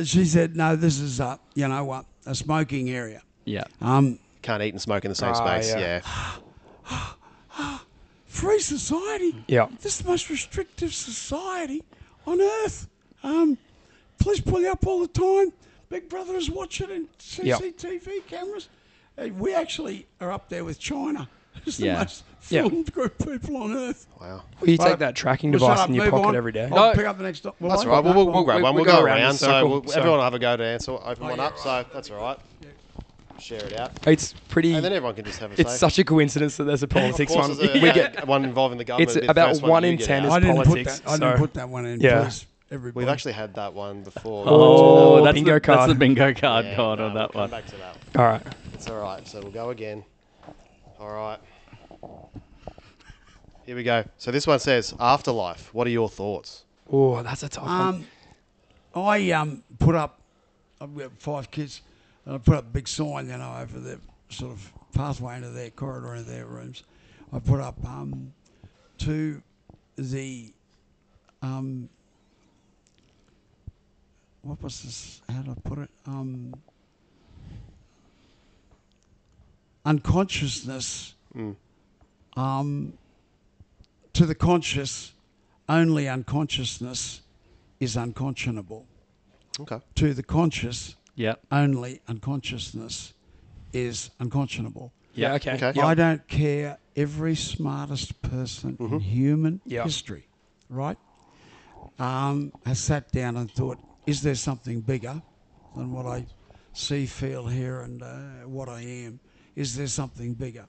she said, "No, this is uh, you know what a smoking area."
Yeah.
Um,
Can't eat and smoke in the same
Ah,
space.
yeah.
Yeah.
[SIGHS]
free society.
Yeah.
this is the most restrictive society on earth. Um, police pull you up all the time. Big Brother is watching and
Yeah.
CCTV cameras. Uh, we actually are up there with China. [LAUGHS] It's the
Yeah.
most
Yeah.
filmed group of people on earth.
Wow.
Well, you
Right.
take that tracking
Well, shut
device
up,
in your
move
pocket
on.
every day.
I'll
No.
pick up the next. Well,
That's
I-
all right. We'll, we'll, we'll grab
we-
one.
we
We'll go
go around in
around. So
circle,
we'll,
so-
everyone will have a go to answer. Open
Oh,
one
yeah,
up. So that's all right. Share it out.
It's pretty.
And then everyone can just have a
It's
say.
such a coincidence that there's a
[LAUGHS] Of
politics
course,
one.
there's a-
[LAUGHS] we
yeah,
get
[LAUGHS] one involving the government.
It's
but the
about
first
one
you
in
get
10
out.
is
I didn't
politics,
put that. I
so-
didn't put that one in.
Yeah.
Please, everybody.
We've actually had that one before.
Oh,
that's
bingo
the,
card.
That's the bingo card
Yeah,
card
no,
on
we'll
that
come
one.
Back to that.
all right.
It's all right. So we'll go again. All right. Here we go. So this one says, "Afterlife. What are your thoughts?"
Oh, that's a tough one.
Um, I um, put up, I've got five kids, and I put up a big sign, you know, over the sort of pathway into their corridor, into their rooms. I put up um, to the, um, what was this, how do I put it? Um, unconsciousness um, to the conscious, only unconsciousness is unconscionable.
Okay.
To the conscious,
Yeah.
only unconsciousness is unconscionable.
Yeah. Okay.
Okay.
Yeah.
I don't care every smartest person in human
Yeah.
history, right? Um, has sat down and thought, is there something bigger than what I see, feel, hear, and uh, what I am? Is there something bigger?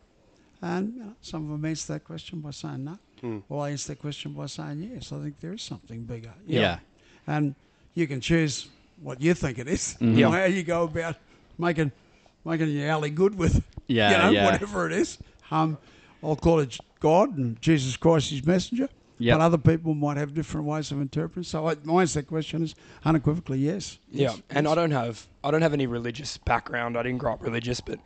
And you know, some of them answer that question by saying no. Well, I answer that question by saying yes. I think there is something bigger. you
Yeah.
know? and you can choose what you think it is,
Yeah.
or how you go about making making your alley good with
Yeah,
you know
yeah.
whatever it is. Um, I'll call it God and Jesus Christ, His messenger.
Yep.
But other people might have different ways of interpreting. So I, my answer to that question is unequivocally yes.
Yeah,
Yes,
and I don't have I don't have any religious background. I didn't grow up religious, but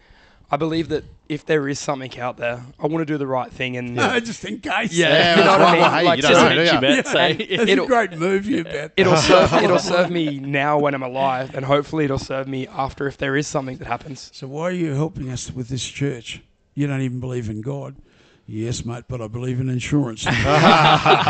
I believe that if there is something out there, I want to do the right thing. And
No, [LAUGHS] just in case.
Yeah.
[LAUGHS]
You know what I mean?
well, hey,
Like,
[LAUGHS] you don't
you
just-
know,
know,
do you,
do
Matt?
Yeah,
So-
It's a
It'll-
great move you
[LAUGHS]
bet.
[LAUGHS] it'll
[LAUGHS]
serve it'll serve me now when I'm alive, and hopefully it'll serve me after if there is something that happens.
So why are you helping us with this church? You don't even believe in God. Yes, mate, but I believe in
[LAUGHS]
insurance. That's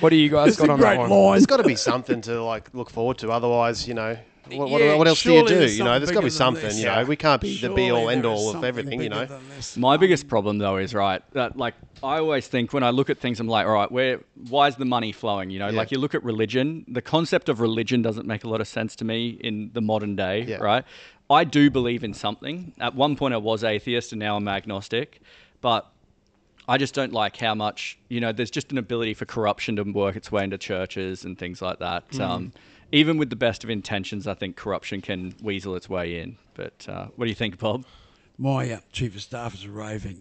What do you guys
a
got on that
great
one?
line.
There's got to be something to like look forward to. Otherwise, you know, what, what,
Yeah,
what else do you
surely
do?
there's
You know, there's got to be
something bigger
something.
than
You
this.
know, we can't be the be
Surely
all
there
end
is
all of
something
everything. You
bigger
know.
than this.
My biggest problem though is right that like I always think when I look at things, I'm like, all right, where why is the money flowing? You know, like you look at religion, the concept of religion doesn't make a lot of sense to me in the modern day,
Yeah.
right? I do believe in something. At one point, I was atheist, and now I'm agnostic, but I just don't like how much you know. There's just an ability for corruption to work its way into churches and things like that. Um, even with the best of intentions, I think corruption can weasel its way in. But uh, what do you think, Bob?
My uh, chief of staff is a raving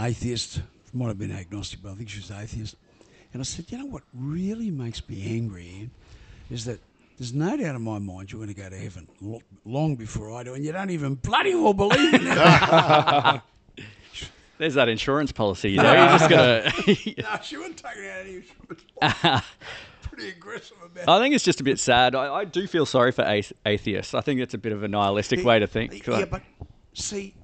atheist. Might have been agnostic, but I think she was atheist. And I said, you know what really makes me angry Ian, is that there's no doubt in my mind you're going to go to heaven lo- long before I do, and you don't even bloody well believe [LAUGHS] in it.
There's that
[LAUGHS]
insurance policy. You know, you're just gonna. [LAUGHS]
[LAUGHS]
no, she wouldn't take it out of you. pretty aggressive about
I think it's just a bit sad. I, I do feel sorry for athe- atheists. I think it's a bit of a nihilistic way to think.
Yeah,
Like,
but see,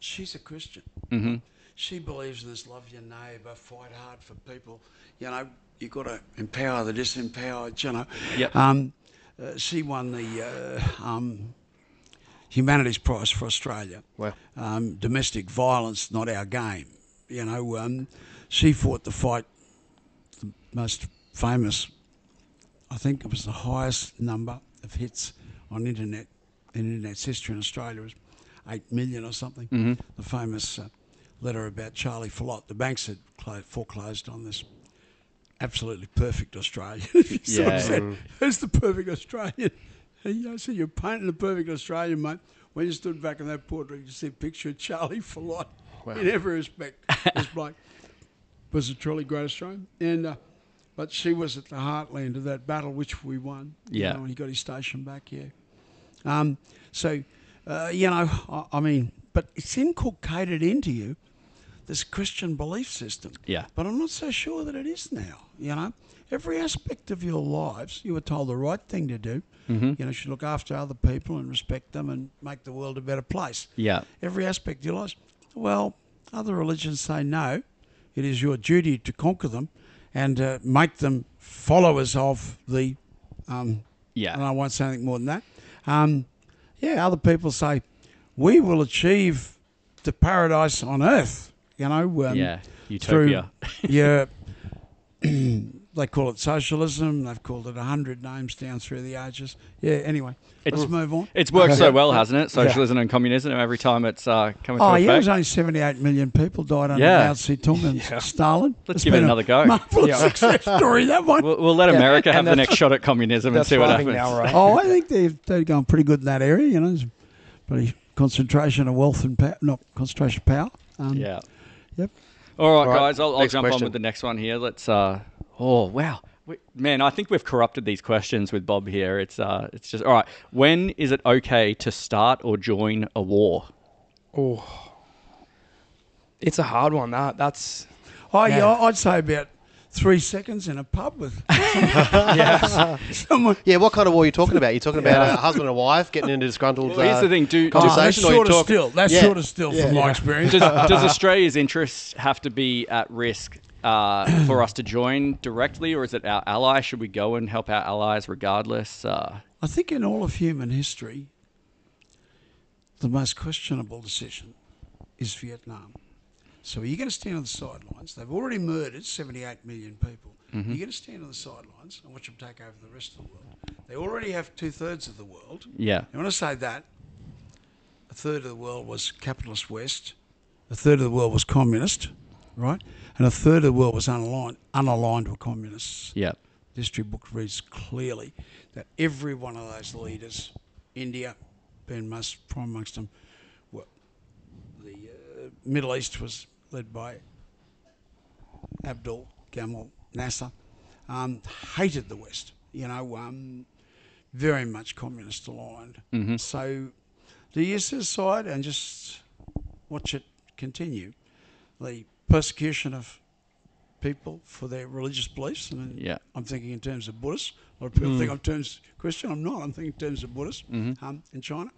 she's a Christian.
Mm-hmm.
She believes in this love your neighbour, fight hard for people. You know, you've got to empower the disempowered, you know.
Yep.
Um, uh, she won the uh, um, Humanities Prize for Australia.
Wow.
Um, domestic violence, not our game. You know, um, she fought the fight, the most famous I think it was the highest number of hits on internet in internet's history in Australia was eight million or something. The famous uh, letter about Charlie Follott. The banks had clo- foreclosed on this absolutely perfect Australian. [LAUGHS] so I
Yeah.
said, "Who's the perfect Australian?" And I said, "You're painting the perfect Australian, mate." When you stood back in that portrait, you see a picture of Charlie Follott. In every respect, it's like was a truly great Australian. And uh, but she was at the heartland of that battle, which we won. you
Yeah.
know, and he got his station back. Yeah. Um. So, uh, you know, I, I mean, but it's inculcated into you this Christian belief system.
Yeah.
But I'm not so sure that it is now. You know, every aspect of your lives, you were told the right thing to do.
Mm-hmm.
You know, you should look after other people and respect them and make the world a better place
yeah,
every aspect of your life. Well, other religions say no. It is your duty to conquer them and uh, make them followers of the. Um,
Yeah.
And I won't say anything more than that. Um, yeah, other people say we will achieve the paradise on earth. You know. Um,
Yeah,
through-
utopia. [LAUGHS]
yeah. [CLEARS THROAT] they call it socialism. They've called it a hundred names down through the ages. Yeah. Anyway, let's move on.
It's worked
[LAUGHS]
so well, hasn't it? Socialism and communism. Every time it's uh, coming
Oh,
to
yeah, it was
effect.
only 78 million people died under
Yeah.
Mao Zedong and Stalin.
Let's
It's
give it
been a
another go.
Marvelous
Yeah.
success story, that one.
We'll, we'll let America have the
that's-
next shot at communism and
That's
see what
thriving
happens.
now, right?
oh, I think they've, they've gone pretty good in that area, you know. It's pretty concentration of wealth and power, not concentration of power. Um,
Yeah.
Yep.
All right,
All right,
guys. I'll, I'll
next
jump on
question.
with the next one here. Let's. Uh, oh wow, we, man! I think we've corrupted these questions with Bob here. It's. Uh, it's just all right. When is it okay to start or join a war?
Oh, it's a hard one. That that's
Oh, yeah.
Yeah.
I'd say about three seconds in a pub
[LAUGHS]
with someone.
Yeah, what kind of war are you talking about? You're talking about a husband and wife getting into
[LAUGHS]
disgruntled.
Well, here's
uh,
the thing, do- do-
Oh,
Conversation,
that's
conversation, or you
shorter
talk-
still. That's
Yeah.
shorter still from my experience.
Does,
[LAUGHS]
does Australia's interests have to be at risk uh, for us to join directly, or is it our ally? Should we go and help our allies regardless? Uh,
I think in all of human history, the most questionable decision is Vietnam. So are you going to stand on the sidelines? They've already murdered 78 million people. You're going to stand on the sidelines and watch them take over the rest of the world. They already have two thirds of the world.
yeah.
And when I say that, a third of the world was capitalist West, a third of the world was communist, right? And a third of the world was unaligned, unaligned with communists
Yeah.
the history book reads clearly that every one of those leaders, India being most prime amongst them, were, the uh, Middle East was led by Abdul Gamal Nasser, um, hated the West, you know, um, very much communist aligned. So do you sit aside and just watch it continue? The persecution of people for their religious beliefs. And then
Yeah.
I'm thinking in terms of Buddhists. A lot of people think I'm terms Christian. I'm not. I'm thinking in terms of Buddhists um, in China.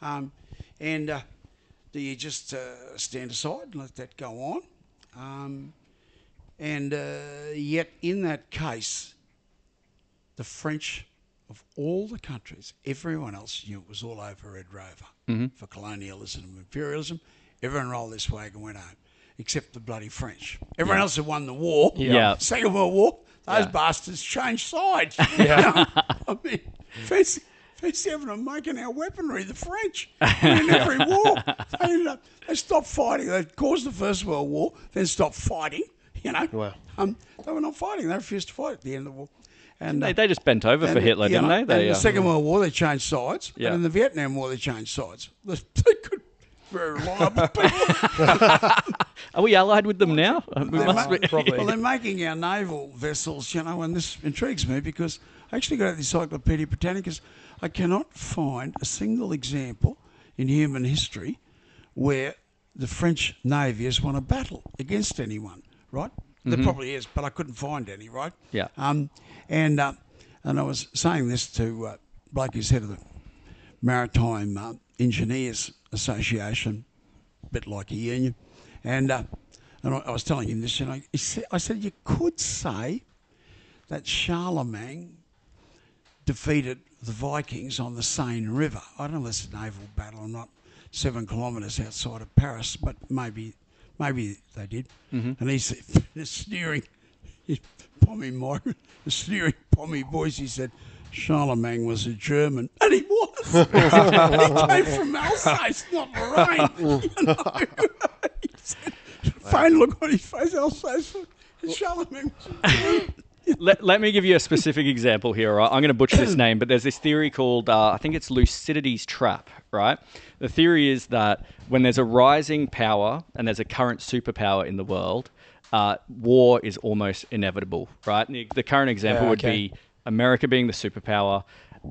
Um, and uh, do you just uh, stand aside and let that go on? Um, and uh, yet, in that case, the French of all the countries, everyone else knew it was all over Red Rover for colonialism and imperialism. Everyone rolled this wagon and went home, except the bloody French. Everyone else had won the war,
Yeah.
Second World War. Those
Yeah.
bastards changed
[LAUGHS]
sides. Yeah. [LAUGHS] I mean, fancy, fancy having them making our weaponry,
[LAUGHS]
the French. In every war, they, ended up, they stopped fighting. They caused the First World War, then stopped fighting. You know,
Wow.
um, they were not fighting. They refused to fight at the end of the war. And
They,
uh,
they just bent over for
and,
Hitler,
you
didn't
know,
they? they
in
uh,
the Second World War, they changed sides.
Yeah.
And in the Vietnam War, they changed sides. [LAUGHS] They could
[LAUGHS]
very reliable people.
Are we allied with them now? We
They
must
ma-
be.
Well, they're making our naval vessels, you know, and this intrigues me because I actually got out the Encyclopedia Britannica's. I cannot find a single example in human history where the French Navy has won a battle against anyone, right? There probably is, but I couldn't find any, right?
Yeah.
Um, and uh, and I was saying this to uh, Blake, who's head of the Maritime uh, Engineers Association, a bit like a union, and uh, and I, I was telling him this, and I, he said, I said you could say that Charlemagne defeated the Vikings on the Seine River. I don't know if it's a naval battle or not, seven kilometres outside of Paris, but maybe maybe they did. And he said, [LAUGHS] the sneering, his pommy migrant, the sneering pommy voice, he said, Charlemagne was a German, and he was. [LAUGHS] and he came from Alsace, not Lorraine. You know? [LAUGHS] he said, fine look on his face, Alsace. Charlemagne was a German.
let, let me give you a specific example here. Right, I'm going to
[CLEARS THROAT]
butcher this name, but there's this theory called uh, I think it's Lucidity's trap. Right, the theory is that when there's a rising power and there's a current superpower in the world, uh, war is almost inevitable. Right, And the- the current example
Yeah,
would
okay.
be America being the superpower.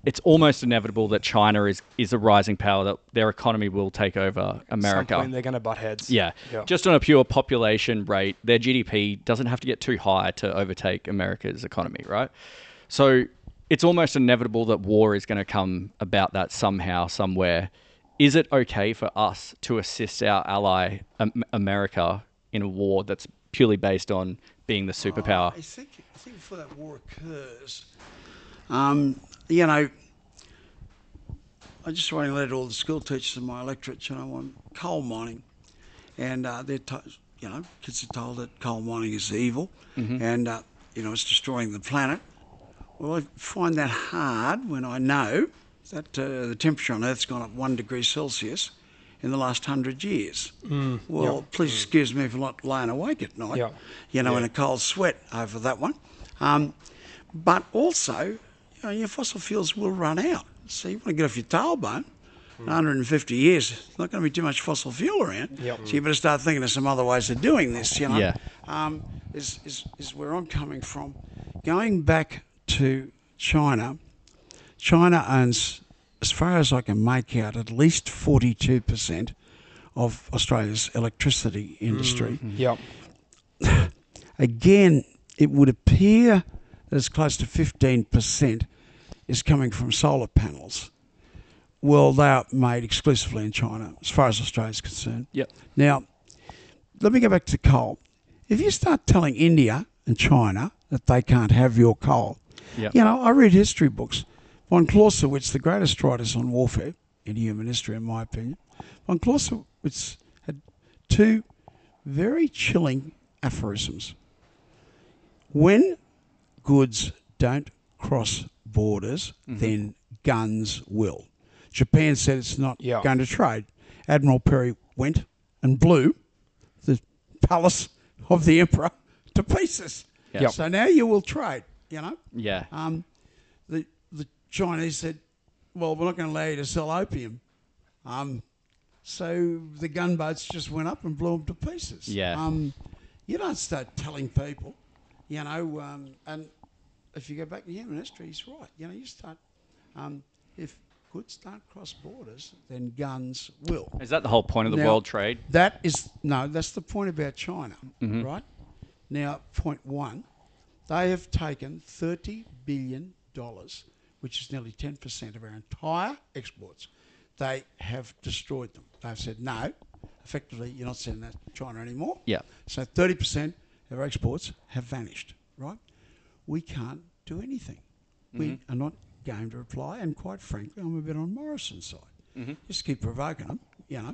It's almost inevitable that China is is a rising power that their economy will take over America.
Some point they're going to butt heads.
Yeah. Just on a pure population rate, their GDP doesn't have to get too high to overtake America's economy, right? So it's almost inevitable that war is going to come about that somehow, somewhere. Is it okay for us to assist our ally, um, America, in a war that's purely based on being the superpower?
Oh, I think I think before that war occurs, um, you know, I just writing a letter to all the school teachers in my electorate. You know, on coal mining, and uh, they're to- you know kids are told that coal mining is evil,
Mm-hmm.
and uh, you know it's destroying the planet. Well, I find that hard when I know that uh, the temperature on Earth's gone up one degree Celsius in the last hundred years. well, please excuse me for not lying awake at night,
Mm. Yeah.
you know, in a cold sweat over that one. Um, but also, you know, your fossil fuels will run out. So you want to get off your tailbone. In 150 years, there's not going to be too much fossil fuel around. So you better start thinking of some other ways of doing this, you know
Yeah.
um, is, is, is where I'm coming from. Going back to China, China owns, as far as I can make out, at least 42% of Australia's electricity industry.
Yep.
Again, it would appear that as close to 15% is coming from solar panels. Well, they are made exclusively in China, as far as Australia's concerned.
Yep.
Now, let me go back to coal. If you start telling India and China that they can't have your coal,
Yep.
you know, I read history books. Von Clausewitz, the greatest writers on warfare in human history, in my opinion, von Clausewitz had two very chilling aphorisms. When goods don't cross borders,
Mm-hmm.
then guns will. Japan said it's not
Yeah.
going to trade. Admiral Perry went and blew the palace of the emperor to pieces.
Yep.
So now you will trade, you know.
Yeah.
Um, the, the Chinese said, well, we're not going to allow you to sell opium. Um, so the gunboats just went up and blew them to pieces.
Yeah.
Um, you don't start telling people, you know, um, and if you go back to human history, he's right. You know, you start, um, if goods don't cross borders, then guns will.
Is that the whole point of the
Now,
world trade?
That is no, that's the point about China, right? Now, point one, they have taken thirty billion dollars, which is nearly ten percent of our entire exports. They have destroyed them. They've said no. Effectively, you're not sending that to China anymore.
Yeah.
So thirty percent of our exports have vanished. Right? We can't do anything. We are not game to reply, and quite frankly, I'm a bit on Morrison's side. Just keep provoking them, you know,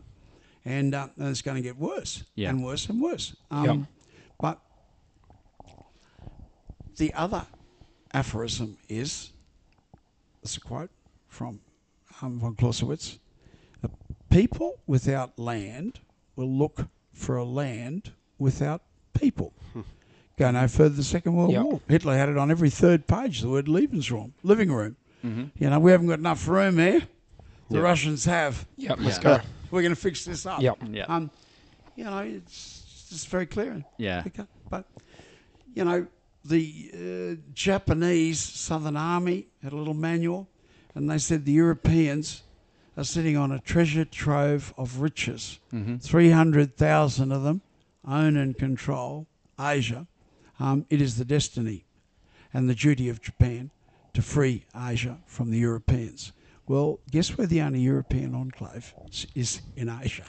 and, uh, and it's going to get worse
Yeah.
and worse and worse. Um, But the other aphorism is it's a quote from um, von Clausewitz "The People without land will look for a land without people. Go no further, the Second World
Yeah.
War. Hitler had it on every third page, the word Lebensraum, living room. You know, we haven't got enough room here. The Russians have.
Yep. Let's go.
[LAUGHS] We're going to fix this up.
Yep.
Yeah.
Um, you know, it's it's very clear.
Yeah.
Okay. But, you know, the uh, Japanese Southern Army had a little manual, and they said the Europeans are sitting on a treasure trove of riches. 300,000 of them own and control Asia, Um, it is the destiny and the duty of Japan to free Asia from the Europeans. Well, guess where the only European enclave s- is in Asia?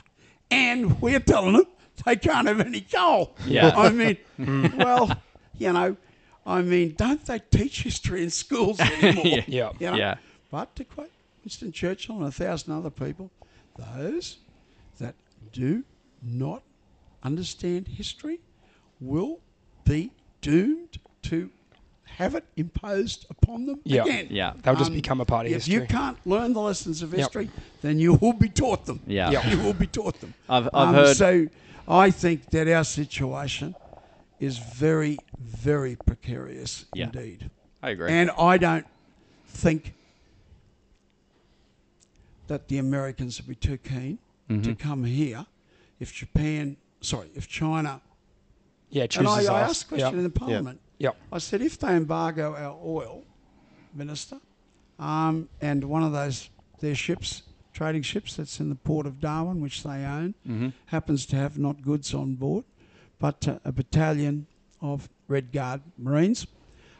And we're telling them they can't have any coal. [LAUGHS]
Yeah.
I mean, well, you know, I mean, don't they teach history in schools anymore?
Yeah.
You know?
Yeah.
But to quote Winston Churchill and a thousand other people, those that do not understand history will be doomed to have it imposed upon them
Yeah.
again. Um,
Yeah.
They'll just become a part of
if you
history.
can't learn the lessons of
Yep.
history, then you will be taught them.
Yeah. Yep.
You will be taught them. Um,
I've- I've heard-
So I think that our situation is very, very precarious
Yeah.
indeed.
I agree.
And I don't think that the Americans would be too keen
Mm-hmm.
to come here if Japan, sorry, if China.
yeah,
And I,
chooses
I
us.
asked a question
Yeah.
in the Parliament.
Yep.
I said, if they embargo our oil, Minister, um, and one of those, their ships, trading ships that's in the port of Darwin, which they own, happens to have not goods on board, but uh, a battalion of Red Guard Marines.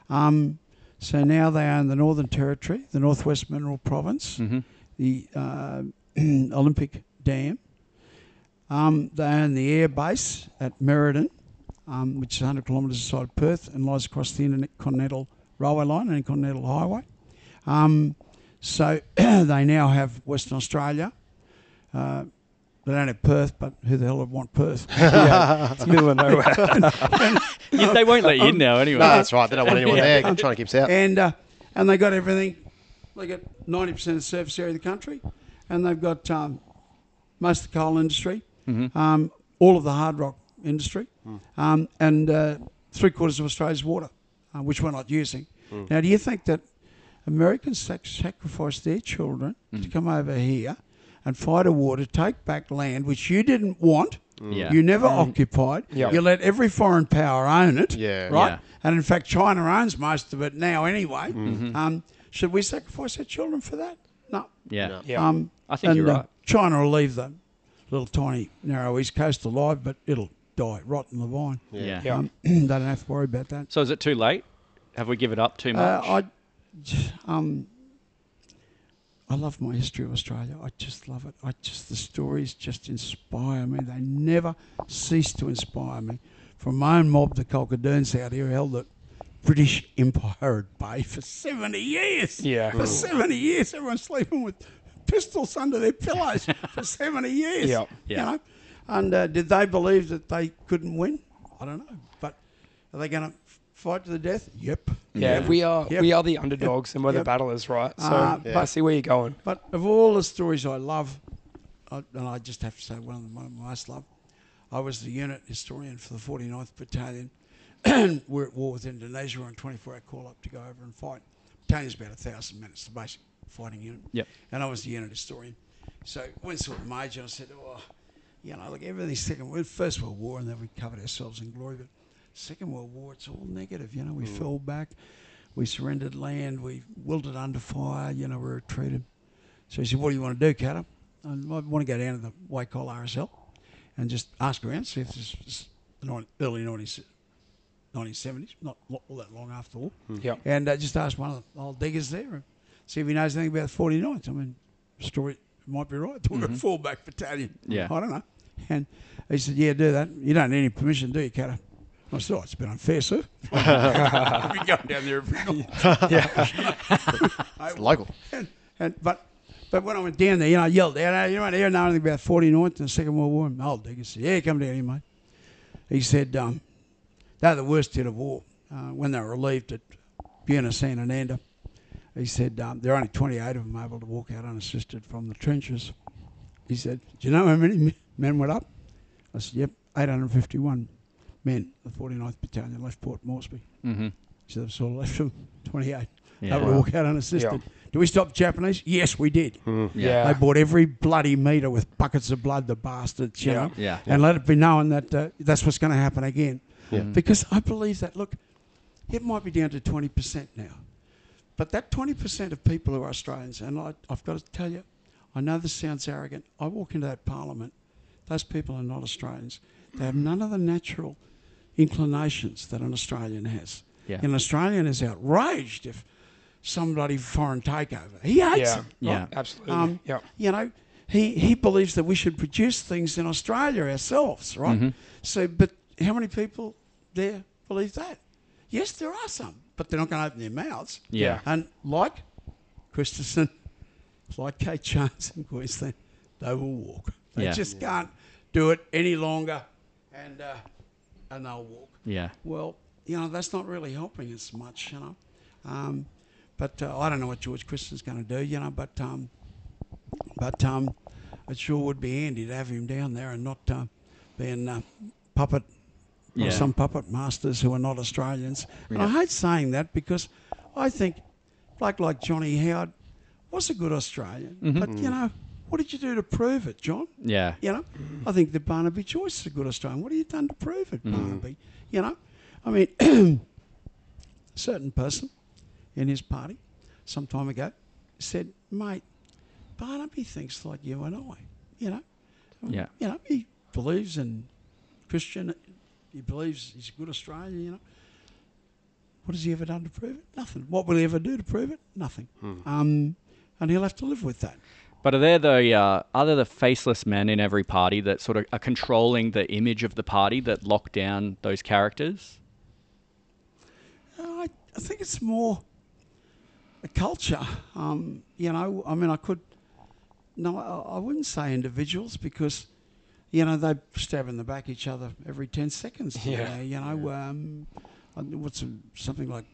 Um, so now they own the Northern Territory, the Northwest Mineral Province, the uh, [CLEARS THROAT] Olympic Dam. Um, they own the air base at Meriden, um, which is 100 kilometres outside of Perth and lies across the Intercontinental Railway Line and Continental Highway. Um, so [CLEARS THROAT] they now have Western Australia. Uh, they don't have Perth, but who the hell would want Perth?
yeah, it's middle of nowhere.
[LAUGHS] Yeah, they won't let you in now anyway.
No, that's right. They don't want anyone there. Trying to keep us out.
and uh, and they got everything. They got ninety percent of the surface area of the country, and they've got um, most of the coal industry, um, all of the hard rock industry, um, and uh, three quarters of Australia's water, uh, which we're not using. Now, do you think that Americans sac- sacrifice their children to come over here and fight a war to take back land which you didn't want?
Yeah.
You never occupied.
Yeah.
You let every foreign power own it.
Yeah.
Right?
Yeah.
And in fact, China owns most of it now anyway. Um, should we sacrifice our children for that? No.
Mm-hmm. Yeah.
Yeah.
Um,
I think
and,
you're
uh,
right.
China will leave the little tiny narrow east coast alive, but it'll die, rot in the vine.
Yeah.
Yeah.
Um, [CLEARS THROAT] they don't have to worry about that.
So is it too late? Have we given up too much?
Uh, I, um, I love my history of Australia. I just love it. I just the stories just inspire me. They never cease to inspire me. From my own mob, the Colcaderns out here held the British Empire at bay for seventy years.
Yeah.
for seventy years, everyone's sleeping with pistols under
[LAUGHS]
their pillows for seventy years.
Yeah.
Yeah.
You know, and uh, did they believe that they couldn't win? I don't know, but are they going to fight to the death? Yep.
Mm.
Yeah, we are
Yep.
we are the underdogs and we're
Yep.
the battlers, right? So
Uh,
I see where you're going.
But of all the stories I love, I, and I just have to say one of the one I most love, I was the unit historian for the 49th Battalion. [CLEARS THROAT] We're at war with Indonesia We're on 24 hour call up to go over and fight. Battalion's about a thousand minutes, the basic fighting unit.
Yep.
And I was the unit historian. So when saw the major, I said, oh, you know, look, everything's second, well, First World War, and then we covered ourselves in glory. But Second World War, it's all negative. You know, we fell back, we surrendered land, we wilted under fire, you know, we retreated. So he said, What do you want to do, Catter? I want to go down to the white collar RSL and just ask around, see if this is the nine- early 90s, 1970s, not lo- all that long after all.
Yeah.
And uh, just ask one of the old diggers there and see if he knows anything about the 49th. I mean, story might be right. [LAUGHS] They were a fallback battalion.
Yeah.
I don't know. And he said, Yeah, do that. You don't need any permission, do you, Catter? I said, oh, it's been unfair, [LAUGHS] sir. I've been going down there every night.
It's local.
And, and but but when I went down there, you know, I yelled out, "Hey, you don't hear nothing about 49th and the Second World War. Oh, And the old digger said, yeah, come down here, mate. He said, um, they're the worst hit of war. Uh, when they were relieved at Buena San Ananda, he said, um, there are only 28 of them able to walk out unassisted from the trenches. He said, do you know how many m- men went up? I said, yep, 851 men, the 49th Battalion left Port Moresby.
mm-hmm.
So they've sort of left them 28.
Yeah.
Able to walk out unassisted. Do we stop the Japanese? Yes, we did.
Yeah.
They bought every bloody meter with buckets of blood, the bastards, you
Yeah.
know.
Yeah.
And let it be known that uh, that's what's going to happen again. Because I believe that, look, it might be down to 20% now. But that 20% of people who are Australians, and I, I've got to tell you, I know this sounds arrogant. I walk into that parliament, those people are not Australians. They have none of the natural inclinations that an Australian has.
Yeah.
An Australian is outraged if some bloody foreign takeover. He
Yeah.
hates
Oh,
it.
Yeah.
Absolutely.
Um,
yeah.
You know, he, he believes that we should produce things in Australia ourselves, right? So, but how many people there believe that? Yes, there are some, but they're not going to open their mouths.
Yeah.
And like Christensen, [LAUGHS] like Kate Chance in Queensland, they will walk. They
Yeah.
just can't do it any longer, and uh, and they'll walk.
Yeah.
Well, you know, that's not really helping us much, you know. Um, but uh, I don't know what George Christensen's going to do, you know. But um, but um, it sure would be handy to have him down there and not uh, being uh, puppet
Yeah.
or some puppet masters who are not Australians. And I hate saying that because I think, like like Johnny Howard, was a good Australian, but you know, what did you do to prove it, John?
Mm-hmm. Yeah.
You know, I think that Barnaby Joyce is a good Australian. What have you done to prove it, Barnaby? You know, I mean, [CLEARS THROAT] certain person in his party some time ago said, mate, Barnaby thinks like you and I. You know,
Yeah.
you know, he believes in Christian. He believes he's a good Australian. You know, what has he ever done to prove it? Nothing. What will he ever do to prove it? Nothing. Um, and he'll have to live with that.
But are there the uh, are there the faceless men in every party that sort of are controlling the image of the party that lock down those characters?
Uh, I, I think it's more a culture. Um, you know, I mean, I could, no, I, I wouldn't say individuals because, you know, they stab in the back each other every 10 seconds. [LAUGHS] Yeah. You know, um, I- what's a, something like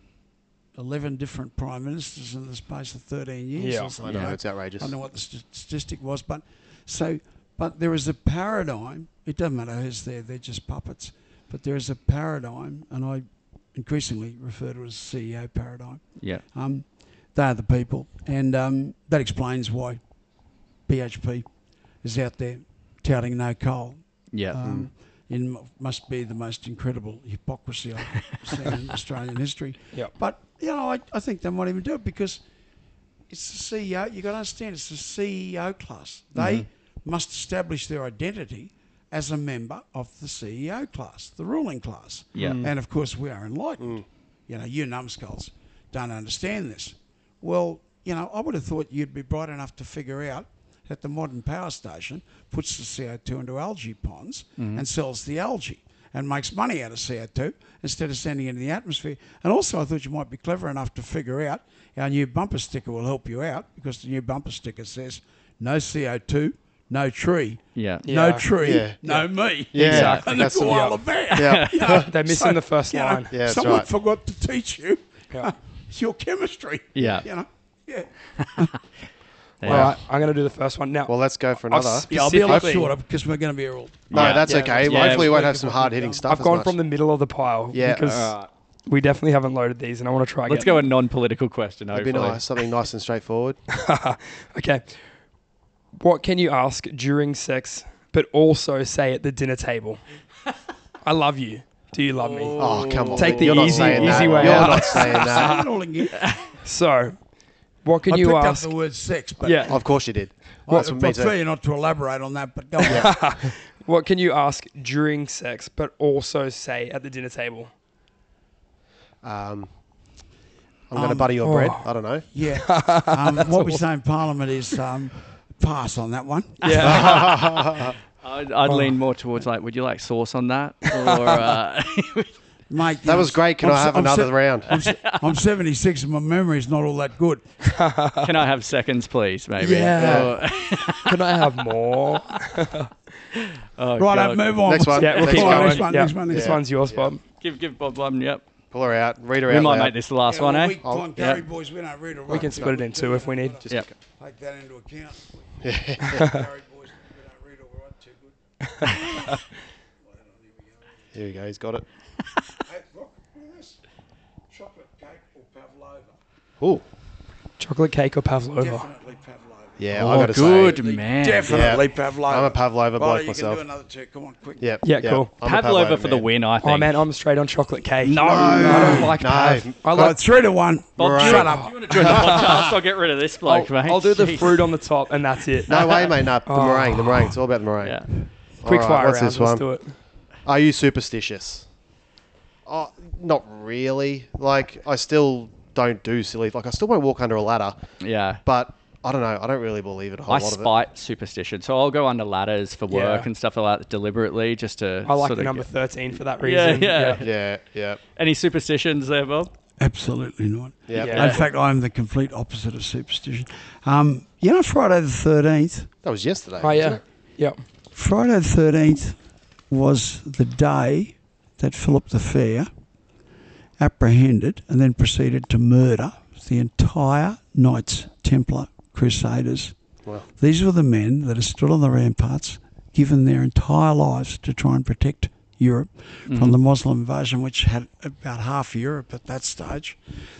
11 different prime ministers in the space of 13 years.
Yeah,
or
I
something,
I
you
know it's outrageous.
I don't know what the st- statistic was, but so, but there is a paradigm. It doesn't matter who's there; they're just puppets. But there is a paradigm, and I increasingly refer to it as CEO paradigm.
Yeah.
Um, they are the people, and um, that explains why BHP is out there touting no coal.
Yeah. Mm.
Um, in m- must be the most incredible hypocrisy I've seen in Australian history.
Yep.
But you know, I, I think they might even do it because it's the CEO. You got to understand, it's the CEO class. They must establish their identity as a member of the CEO class, the ruling class.
Yeah. Mm.
And of course, we are
Mm.
enlightened. You know, you numbskulls don't understand this. Well, you know, I would have thought you'd be bright enough to figure out that the modern power station puts the CO2 into algae ponds
Mm-hmm.
and sells the algae and makes money out of CO2 instead of sending it into the atmosphere. And also, I thought you might be clever enough to figure out our new bumper sticker will help you out because the new bumper sticker says no CO2, no tree.
Yeah.
No
Yeah.
tree,
Yeah.
no me.
Yeah, Exactly.
[LAUGHS] And the
that's the-
koala bear.
Yeah.
You know,
They're missing the first
you know,
line.
Yeah, that's
someone
right.
forgot to teach you
Yeah.
uh, your chemistry.
Yeah.
You know? Yeah.
All right, I'm going to do the first one now.
Well, let's go for another.
I've
Yeah, I'll be a lot
specifically-
shorter because we're going to be here all.
No,
Yeah.
that's
Yeah,
okay.
that's-
yeah,
Hopefully, we
it's
won't have
working
some
for
hard hitting stuff.
I've
as
gone
much.
from the middle of the pile
Yeah.
because
Alright.
we definitely haven't loaded these, and I want to try.
Let's
again.
go a non-political question.
It'd be
Hopefully.
nice, something nice and straightforward.
Okay. What can you ask during sex, but also say at the dinner table? I love you. Do you love me?
Oh, come on.
Take the
You're not
easy-
saying that.
easy way
You're
out.
not saying
Say
that.
[LAUGHS] it all again. I
So, what can
picked
you
up
ask?
the word sex, but
Yeah.
of course you did.
I
What's
would
with me
prefer
too?
you not to elaborate on that, but go on.
What can you ask during sex, but also say at the dinner table?
Um, I'm going to
Um,
butter your bread.
oh.
I don't know.
[LAUGHS] Yeah.
[LAUGHS]
Um, what we say in Parliament is um, pass on that one.
Yeah.
I'd, I'd lean more towards like, would you like sauce on that? Or uh,
Mate,
That was great. Can I have another round?
I'm, se- I'm 76 and my memory's not all that good.
can I have seconds, please? Maybe.
Yeah.
Or-
can I [LAUGHS] have more?
oh,
Right,
God.
I'll move on.
Next one.
Yeah, we'll
Next
keep
one,
going.
next one,
yeah.
next one, next
This
one.
one's yours, Bob.
Give give Bob one. Yep.
Pull her out. Read her
We
out.
might
loud.
make this the last
Yeah,
one,
well,
eh?
we can't
Yeah.
carry, boys. We don't read or
We
write.
can split it in two if we need.
Yep.
Take that
[LAUGHS]
into account. Carry, boys. We don't read or write too good.
Here we go. He's got it.
Hey, look, look at this. Chocolate cake or pavlova?
Ooh.
Chocolate cake or pavlova?
Definitely pavlova.
Oh. Yeah,
Oh,
I got to say.
good man.
Definitely
Yeah.
pavlova.
I'm a pavlova
Righto,
bloke
you
myself.
can do another two. Come on, quick.
Yep.
Yeah,
yep.
cool.
I'm a
Pavlova for the
man.
win, I think.
Oh man, I'm straight on chocolate cake.
No.
I don't like
No.
pav. I
Right,
like
three to one.
Bob,
Right.
shut
Shut
up.
up.
Do you want to join
[LAUGHS]
the podcast? I'll get rid of this
I'll,
bloke, mate.
I'll do the
Jeez.
fruit on the top, and that's it. [LAUGHS]
No way, mate. No, the
Oh.
meringue. The meringue. It's all about the meringue.
Yeah.
Quick
All right,
fire
what's
round.
this
Let's
one?
do it.
Are you superstitious? Uh, not really. Like I still don't do silly. Like I still won't walk under a ladder.
Yeah.
But I don't know. I don't really believe in a whole
I
lot of it.
spite superstition, so I'll go under ladders for work
Yeah.
and stuff like that deliberately, just to.
I like
sort
the
of
number
get-
thirteen for that
Yeah,
reason.
yeah.
Yeah, yeah.
Any superstitions there, Bob?
Absolutely not.
Yeah.
Yeah.
In fact, I'm the complete opposite of superstition. Um, you know, Friday the 13th?
That was yesterday.
Oh
wasn't
yeah,
it?
yeah.
Friday the 13th was the day that Philip the Fair apprehended and then proceeded to murder the entire Knights Templar Crusaders.
Wow.
These were the men that are still on the ramparts, given their entire lives to try and protect Europe from the Muslim invasion, which had about half Europe at that stage.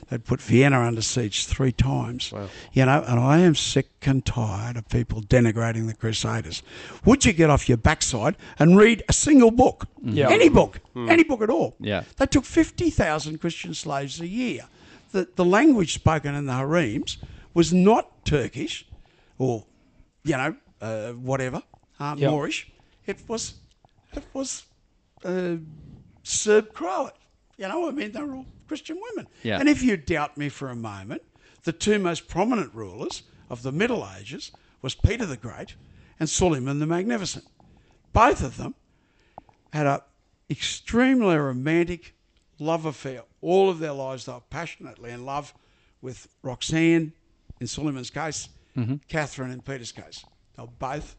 They'd put Vienna under siege three times. You know, and I am sick and tired of people denigrating the Crusaders. Would you get off your backside and read a single book?
Yeah.
Any book, any book at all.
Yeah.
They took 50,000 Christian slaves a year. The, the language spoken in the harems was not Turkish or, you know, uh, whatever, um,
Yeah.
Moorish. It was, it was uh, Serb Croat. You know, I mean, they were all Christian women.
Yeah.
And if you doubt me for a moment, the two most prominent rulers of the Middle Ages was Peter the Great and Suleiman the Magnificent. Both of them had a extremely romantic love affair all of their lives. They were passionately in love with Roxanne in Suleiman's case,
Mm-hmm.
Catherine in Peter's case. They were both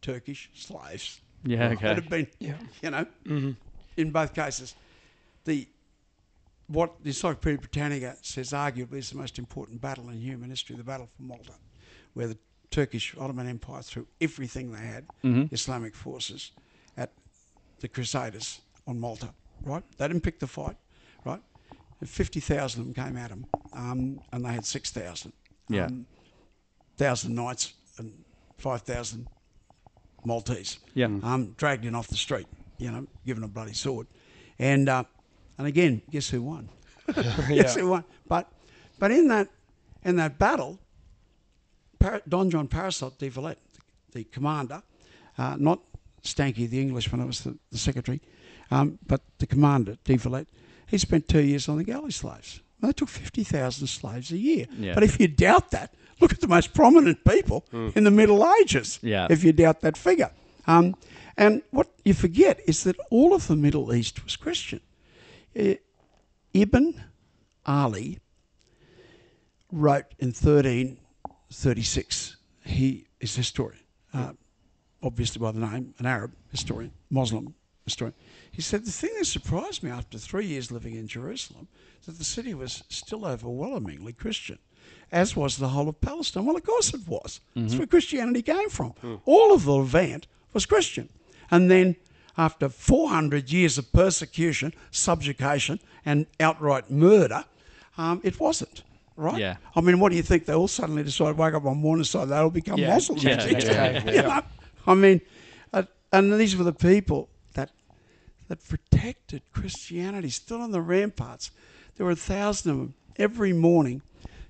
Turkish slaves.
Yeah,
That
okay.
had been, you know, in both cases. The what the Encyclopedia Britannica says arguably is the most important battle in human history, the Battle for Malta, where the Turkish Ottoman Empire threw everything they had,
Mm-hmm.
Islamic forces, at the Crusaders on Malta, right? They didn't pick the fight, right? 50,000 of them came at them, um, and they had 6,000.
Yeah.
Um, 1,000 knights and 5,000 Maltese.
Yeah.
Um, dragged in off the street, you know, given a bloody sword. And, uh, and again, guess who won? [LAUGHS] Yes, it won. But but in that in that battle, Par- Don John Parasot de Valette, the commander, uh, not Stanky the Englishman, it was the, the secretary, um, but the commander de Valette, he spent two years on the galley slaves. And that took fifty thousand slaves a year.
Yeah.
But if you doubt that, look at the most prominent people in the Middle Ages.
Yeah.
If you doubt that figure. Um, and what you forget is that all of the Middle East was Christian. Uh, Ibn Ali wrote in 1336. He is a historian, uh, obviously by the name, an Arab historian, Muslim historian. He said, The thing that surprised me after three years living in Jerusalem, that the city was still overwhelmingly Christian, as was the whole of Palestine. Well, of course it was. That's where Christianity came from. All of the Levant was Christian. And then after 400 years of persecution, subjugation, and outright murder, um, it wasn't, right?
Yeah.
I mean, what do you think? They all suddenly decide, wake up on morning side, they'll become
Yeah.
Muslims.
Yeah,
You
yeah,
know?
yeah.
I mean, uh, and these were the people that that protected Christianity, still on the ramparts. There were a thousand of them. Every morning,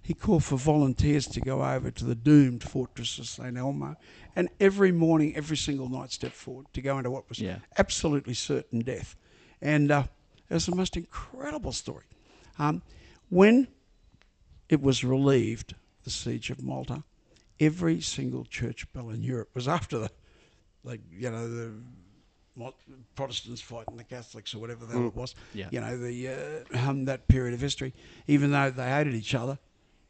he called for volunteers to go over to the doomed fortress of St. Elmo. And every morning, every single night, stepped forward to go into what was
Yeah.
absolutely certain death. And uh, it was the most incredible story. Um, when it was relieved, the siege of Malta, every single church bell in Europe was after the, like, you know, the Mo- Protestants fighting the Catholics or whatever the hell it was.
Mm. Yeah.
You know, the uh, um, that period of history, even though they hated each other,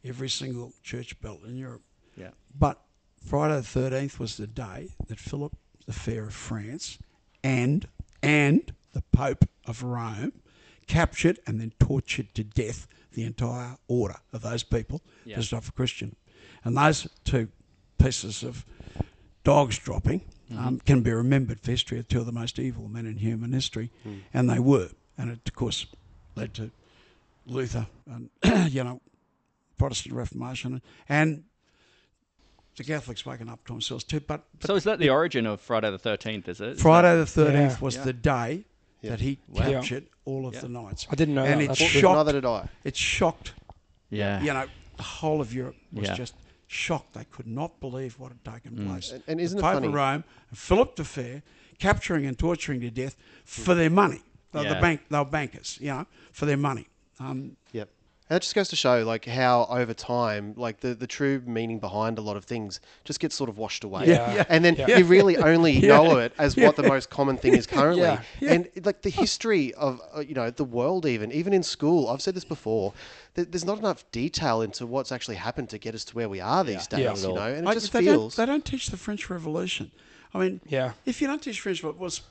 every single church bell in Europe.
Yeah.
But Friday the thirteenth was the day that Philip the Fair of France and and the Pope of Rome captured and then tortured to death the entire order of those people
Yeah.
that's not for Christian. And those two pieces of dogs dropping um, can be remembered for history as two of the most evil men in human history, and they were. And it, of course, led to Luther and, [CLEARS THROAT] you know, Protestant Reformation and the Catholics waking up to themselves too. But, but
So is that the origin of Friday the Thirteenth? Is it? Is
Friday the 13th
Yeah.
was the day that he
Wow.
Yeah.
captured all of the knights.
I didn't know
And
that.
it
That's good.
shocked,
Neither did I.
it shocked
that- yeah.
you know, the whole of Europe was
Yeah. Mm.
just shocked. They could not believe what had taken place.
And- and isn't
the
it
Pope
funny-
of Rome and Philip the Fair capturing and torturing to death for their money, They'll,
Yeah.
the bank, they'll bank us, you know, for their money. Um,
Yep. And that just goes to show like how over time, like the, the true meaning behind a lot of things just gets sort of washed away.
Yeah. Yeah.
And then
Yeah.
you
[LAUGHS]
really only know it as what the most common thing is currently.
Yeah.
And like the history of uh, you know the world, even even in school, I've said this before. That there's not enough detail into what's actually happened to get us to where we are these
Yeah.
days.
Yeah.
You know, and it
I-
just
they
feels.
Don't, they don't teach the French Revolution. I mean,
Yeah.
if you don't teach French, but was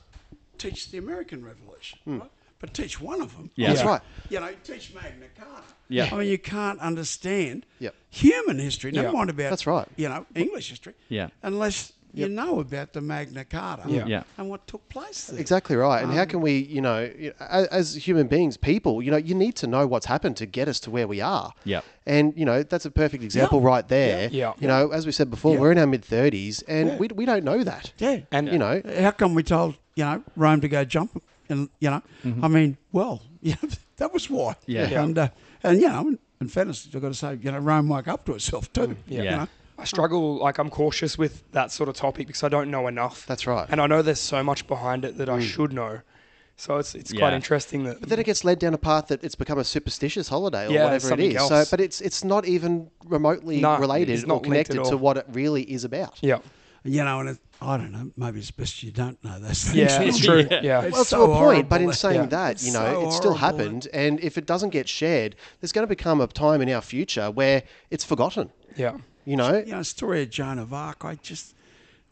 teach the American Revolution,
Hmm.
right? But teach one of them.
Yeah.
That's
Yeah.
right.
You know, teach Magna Carta.
Yeah.
I mean, you can't understand
Yep.
human history. Never
Yeah.
mind about
That's right.
You know, English history.
Yeah.
Unless you know about the Magna Carta.
Yeah.
Yeah.
And what took place there.
Exactly right.
Um,
And how can we, you know, y- a- as human beings, people, you know, you need to know what's happened to get us to where we are.
Yep.
And, you know, that's a perfect example right there.
Yeah.
You know, as we said before, we're in our mid 30s and we, we don't know that.
Yeah.
And
You know,
Uh, How come we told you know Rome to go jump? And you know,
Mm-hmm.
I mean, well, [LAUGHS] yeah, that was why.
Yeah. Yeah.
And uh, and you know, in, in fairness, I've got to say, you know, Rome woke up to itself too.
Yeah.
You know?
I struggle, like, I'm cautious with that sort of topic because I don't know enough.
That's right. Mm.
And I know there's so much behind it that I should know. So it's, it's quite
Yeah.
interesting that.
But then it gets led down a path that it's become a superstitious holiday or
Yeah,
whatever it
something
is. So,
else.
but it's it's not even remotely
No,
related
it's
or
not linked at
connected to
all.
what it really is about.
yeah.
You know, and it, I don't know. Maybe it's best you don't know those things.
Yeah, it's true.
Yeah.
Yeah.
[LAUGHS] It's
well,
so
to a point, but
horrible.
in saying
Yeah.
that, you
It's
know,
so
it still
horrible.
happened, and if it doesn't get shared, there's going to become a time in our future where it's forgotten.
Yeah.
You know,
You know, story of Joan of Arc. I just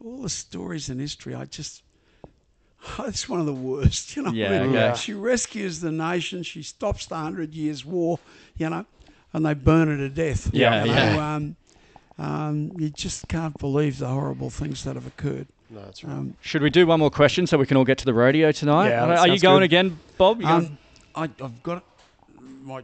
all the stories in history. I just. [LAUGHS] oh, It's one of the worst, you know.
Yeah,
I mean,
okay.
She rescues the nation. She stops the Hundred Years' War, you know, and they burn her to death.
Yeah,
you know,
yeah.
Um, um, you just can't believe the horrible things that have occurred.
no, that's right.
Um,
Should we do one more question so we can all get to the rodeo tonight?
Yeah,
Are-
that
Are you
sounds
going
good.
again, Bob? You going-
um, I, I've got my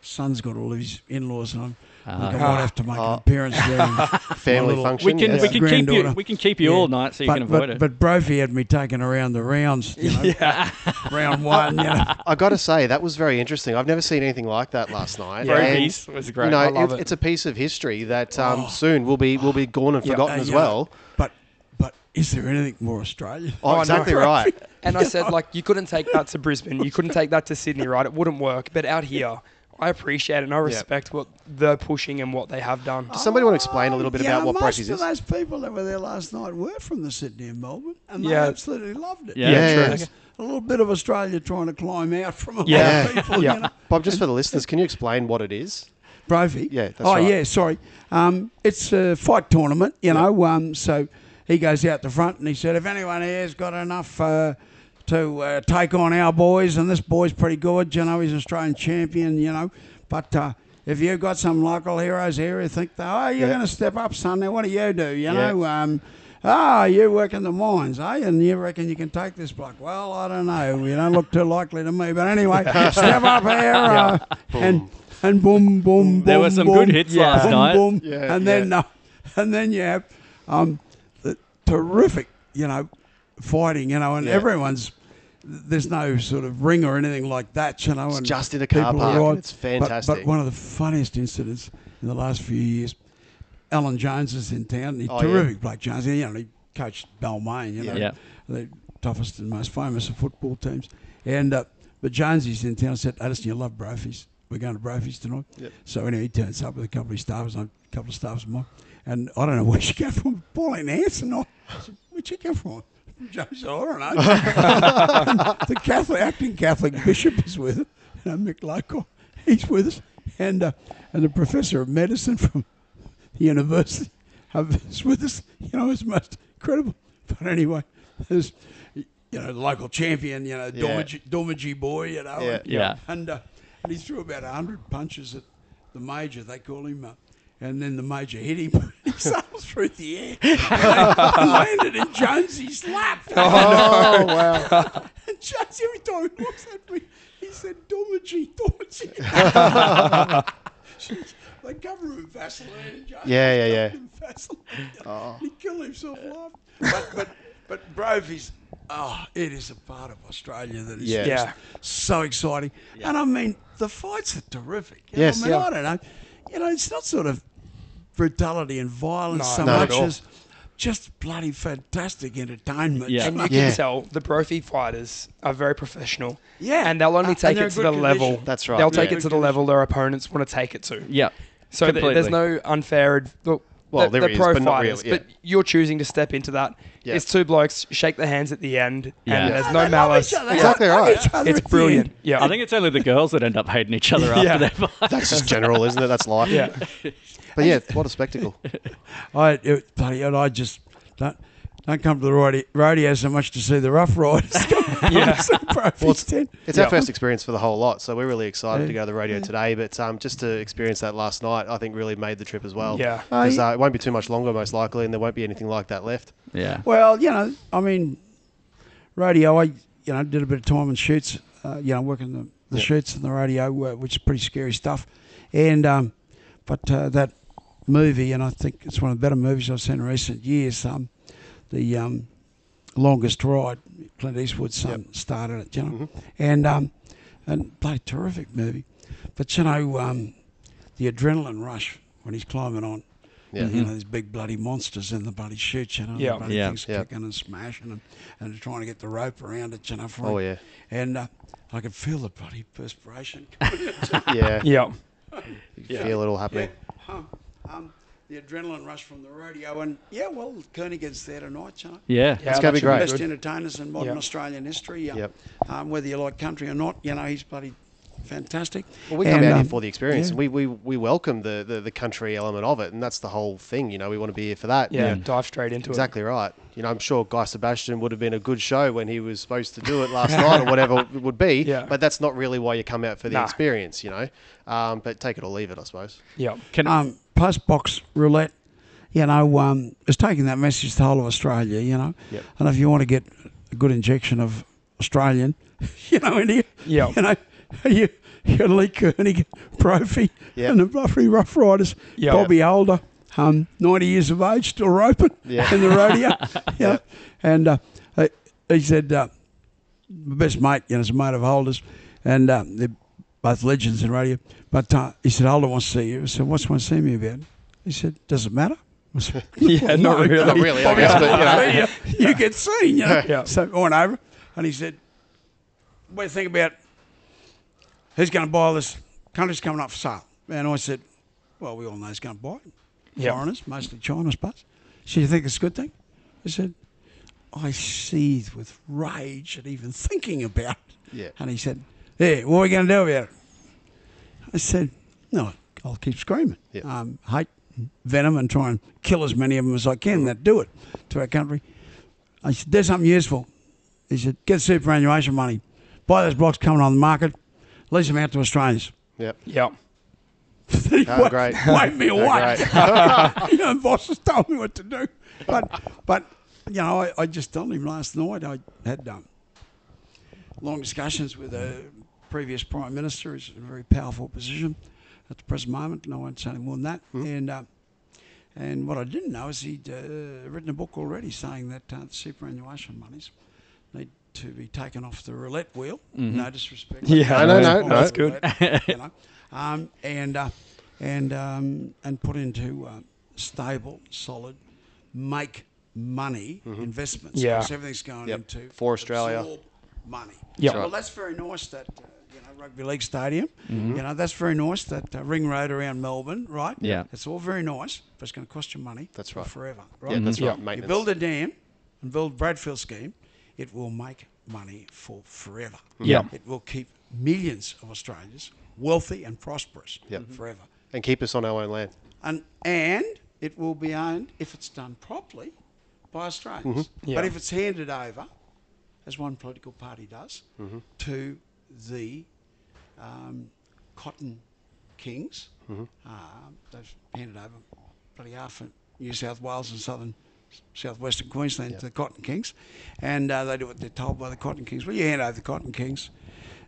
son's got all of his in-laws, and I'm, I think I might have to make an appearance there. [LAUGHS] and-
Family
little-
function.
we can
yes.
we can keep you
Granddaughter.
we can keep you
Yeah.
all night so you
but,
can avoid
but,
it.
But Brophy had me taken around the rounds, you know, [LAUGHS] round one, you know.
I got to say that was very interesting. I've never seen anything like that last night.
Yeah.
And,
Brokies was great.
You know,
I love
it-
it.
it's a piece of history that um, soon will be will be gone and forgotten [LAUGHS]
Uh,
as
you know,
well.
But but is there anything more Australian?
Oh,
no.
exactly right.
[LAUGHS] And I said, like, you couldn't take that to Brisbane. You couldn't take that to Sydney, right? It wouldn't work. But out here, I appreciate and I respect what they're pushing and what they have done.
Does somebody want to explain a little bit
yeah,
about what
most
Brockies
of
is?
those people that were there last night were from the Sydney and Melbourne, and they
Yeah.
absolutely loved it.
Yeah, Yeah,
true. yeah.
It's A little bit of Australia trying to climb out from a
Yeah.
lot of people,
Yeah.
you know.
Bob, just for the listeners, can you explain what it is?
Brophy.
Yeah, that's
oh,
right.
yeah, sorry. Um, it's a fight tournament, you know. Um, so he goes out the front and he said, if anyone here's got enough uh, to uh, take on our boys, and this boy's pretty good, you know, he's an Australian champion, you know. But uh, if you've got some local heroes here who think, that, oh, you're
Yeah.
going to step up, son, now what do you do, you
Yeah.
know? Um, Oh, you work in the mines, eh? And you reckon you can take this block? Well, I don't know. You don't look too likely to me. But
[LAUGHS]
anyway, step up here. uh, and, and boom, boom,
There were
boom,
some
boom.
good hits last
boom,
night.
Boom.
Yeah,
and then, uh, and then you have um, the terrific, you know, fighting, you know, and
Yeah.
everyone's. There's no sort of ring or anything like that, you know. and
just in a car
people
park,
arrive.
and it's
But- But,
fantastic.
one of the funniest incidents in the last few years, Alan Jones is in town. and He's
Oh, yeah.
terrific, Blake Jones. You know, he coached Balmain. You know,
Yeah.
the toughest and most famous of football teams. And uh, but Jonesy's in town. I said, "Hey, listen, you love Brophy's. We're going to Brophy's tonight." So anyway, he turns up with a couple of staffs, and a couple of staffs of mine, and I don't know [LAUGHS] where she came from. Pauline Hanson. I said, "Where'd she come from?" [LAUGHS] Jones, I don't know. the Catholic acting Catholic bishop is with us, you know, Mick Local. He's with us, and uh, and the professor of medicine from the university have is with us. You know, it's most incredible. But anyway, there's you know the local champion, you know,
Yeah.
Dormagee Dormagee boy, you know, and,
Yeah.
and, uh, and he threw about hundred punches at the major. They call him. Uh, and then the major hit him. [LAUGHS] He sailed through the air, [LAUGHS] and landed in Jonesy's lap.
Oh, wow.
[LAUGHS] And Jones, every time he looks at me, he said, Dormagee,
[LAUGHS]
Dormagee. [LAUGHS] they cover him in Vaseline. Jones.
Yeah, yeah, yeah. Oh.
In Vaseline. He killed himself laughing. But, but, but Brophy's, oh, it is a part of Australia that is
Yeah.
just
Yeah.
so exciting. And I mean, the fights are terrific. You
Yes.
Know? I mean,
Yeah.
I don't know. You know, it's not sort of brutality and violence
No,
so
not
at
much
all.
as just bloody fantastic entertainment.
Yeah.
you
And
know?
you
Yeah.
can tell the profi fighters are very professional.
Yeah.
And they'll only
And
take
they're
it
a
to
good
the level.
condition.
That's right.
They'll take
Yeah.
it to the level their opponents want to take it to.
Yeah.
So th- there's
Completely.
no unfair. ad- Look,
Well,
they're,
there
they're
is,
pro
but not
fighters,
really, yeah.
but you're choosing to step into that.
Yeah.
It's two blokes, shake the hands at the end,
Yeah.
and there's
They
no
love
malice.
each other.
Yeah.
Exactly
They love
right.
each other
It's
at the
brilliant.
end.
Yeah,
I think it's only the girls that end up hating each other after
Yeah.
their fight.
[LAUGHS] That's just general, isn't it? That's life.
yeah.
But yeah, what a spectacle.
I it, bloody, and I just don't don't come to the rodeo, rodeo so much to see the Rough [LAUGHS] Riders. yeah,
It's our first experience for the whole lot, so we're really excited to go to the radio today. But um, just to experience that last night, I think really made the trip as well.
Yeah.
Oh,
'Cause,
yeah.
uh, it won't be too much longer, most likely, and there won't be anything like that left.
Yeah.
Well, you know, I mean, radio. I you know did a bit of time in shoots. Uh, you know, working the, the shoots and the radio, uh, which is pretty scary stuff. And um, but uh, that movie, and I think it's one of the better movies I've seen in recent years. Um, the um, longest ride, Clint Eastwood's son started it. You know,
Mm-hmm.
and um, and bloody terrific movie. But you know, um, the adrenaline rush when he's climbing on.
Yeah. Mm-hmm.
You know, these big bloody monsters in the bloody chute, you know.
Yeah.
The bloody
Yeah.
things
Yeah.
kicking and smashing and, and they're trying to get the rope around it, you know. For
Oh,
him.
yeah.
And uh, I could feel the bloody perspiration.
[LAUGHS]
coming.
Yeah,
Yeah.
you can feel it all happening.
um, um, the adrenaline rush from the rodeo. And yeah, well, Kernigan's there tonight, you know.
Yeah.
Yeah,
It's gonna
that
be
should good.
Best entertainers in modern
Yeah.
Australian history. Yeah.
Yep.
Um, whether you like country or not, you know, he's bloody fantastic.
Well, we come
And,
out
um,
here for the experience, and we, we, we welcome the, the, the country element of it, and that's the whole thing. You know, we want to be here for that.
Yeah, dive straight into
Exactly right. You know, I'm sure Guy Sebastian would have been a good show when he was supposed to do it last night or whatever it would be.
Yeah.
But that's not really why you come out for the
Nah.
experience, you know. Um, but take it or leave it, I suppose.
it. Yeah.
Can,
um, post box roulette, you know, um, is taking that message to the whole of Australia, you know.
Yep.
And if you want to get a good injection of Australian, [LAUGHS] you know, in here,
Yep.
you know, you, you Lee Koenig, Brophy,
Yep.
and the Buffy Rough Riders,
Yep.
Bobby Holder, um, 90 years of age, still roping
Yeah.
in the rodeo. yeah. And uh, he- he said, uh, my best mate, you know, is a mate of Holder's, and uh, they're both legends in radio. But uh, he said, Holder wants to see you. I said, what's he want to see me about? He said, does it matter? I said,
[LAUGHS] Yeah, not
no,
really.
Not really,
[LAUGHS]
I guess, but you know.
you, you get seen, you know.
Yeah.
So I went over, and he said, what do you think about who's going to buy all this? Country's coming up for sale. And I said, well, we all know who's going to buy it.
Yeah.
Foreigners, mostly China, I suppose. So you think it's a good thing? I said, I seethe with rage at even thinking about it.
Yeah.
And he said, Hey, what are we going to do about it? I said, No, I'll keep screaming.
Yeah.
Um, hate, venom, and try and kill as many of them as I can that do it to our country. I said, Do something useful. He said, Get superannuation money, buy those blocks coming on the market, lease them out to Australians.
[LAUGHS] Yep.
Yeah.
Oh,
[LAUGHS]
great.
Wave me
Oh,
away.
great.
[LAUGHS] you know, bosses told me what to do. But, but you know, I, I just told him last night I had um, long discussions with a previous prime minister who's in a very powerful position at the present moment, and I won't say any more than that.
Hmm.
And uh, and what I didn't know is he'd uh, written a book already saying that uh, superannuation monies need to be taken off the roulette wheel. No disrespect.
Yeah.
Mm-hmm. No, no, no, no.
That's good.
you
[LAUGHS]
know, um, and uh, and um, and put into uh, stable, solid, make money investments.
Yeah.
'cause everything's going
Mm-hmm. Yep.
into
For Australia.
absorb money.
Yeah.
well, that's very nice. That uh, you know, rugby league stadium.
Mm-hmm.
You know, that's very nice. That uh, ring road around Melbourne, right?
Yeah.
it's all very nice, but it's going to cost you money.
That's
for
right.
Forever, right?
Yeah, that's
Yeah.
right.
You
You
Maintenance.
build a dam and build Bradfield scheme, it will make money for forever.
Yeah.
It will keep millions of Australians wealthy and prosperous
Yep.
forever.
and keep us on our own land.
And and it will be owned if it's done properly by Australians.
Yeah.
Mm-hmm.
But if it's handed over, as one political party does,
Mm-hmm.
to the um, cotton kings,
Mm-hmm.
um, they've handed over bloody half of New South Wales and southern southwestern Queensland to the cotton kings, and uh, they do what they're told by the cotton kings. Well, you hand over the cotton kings.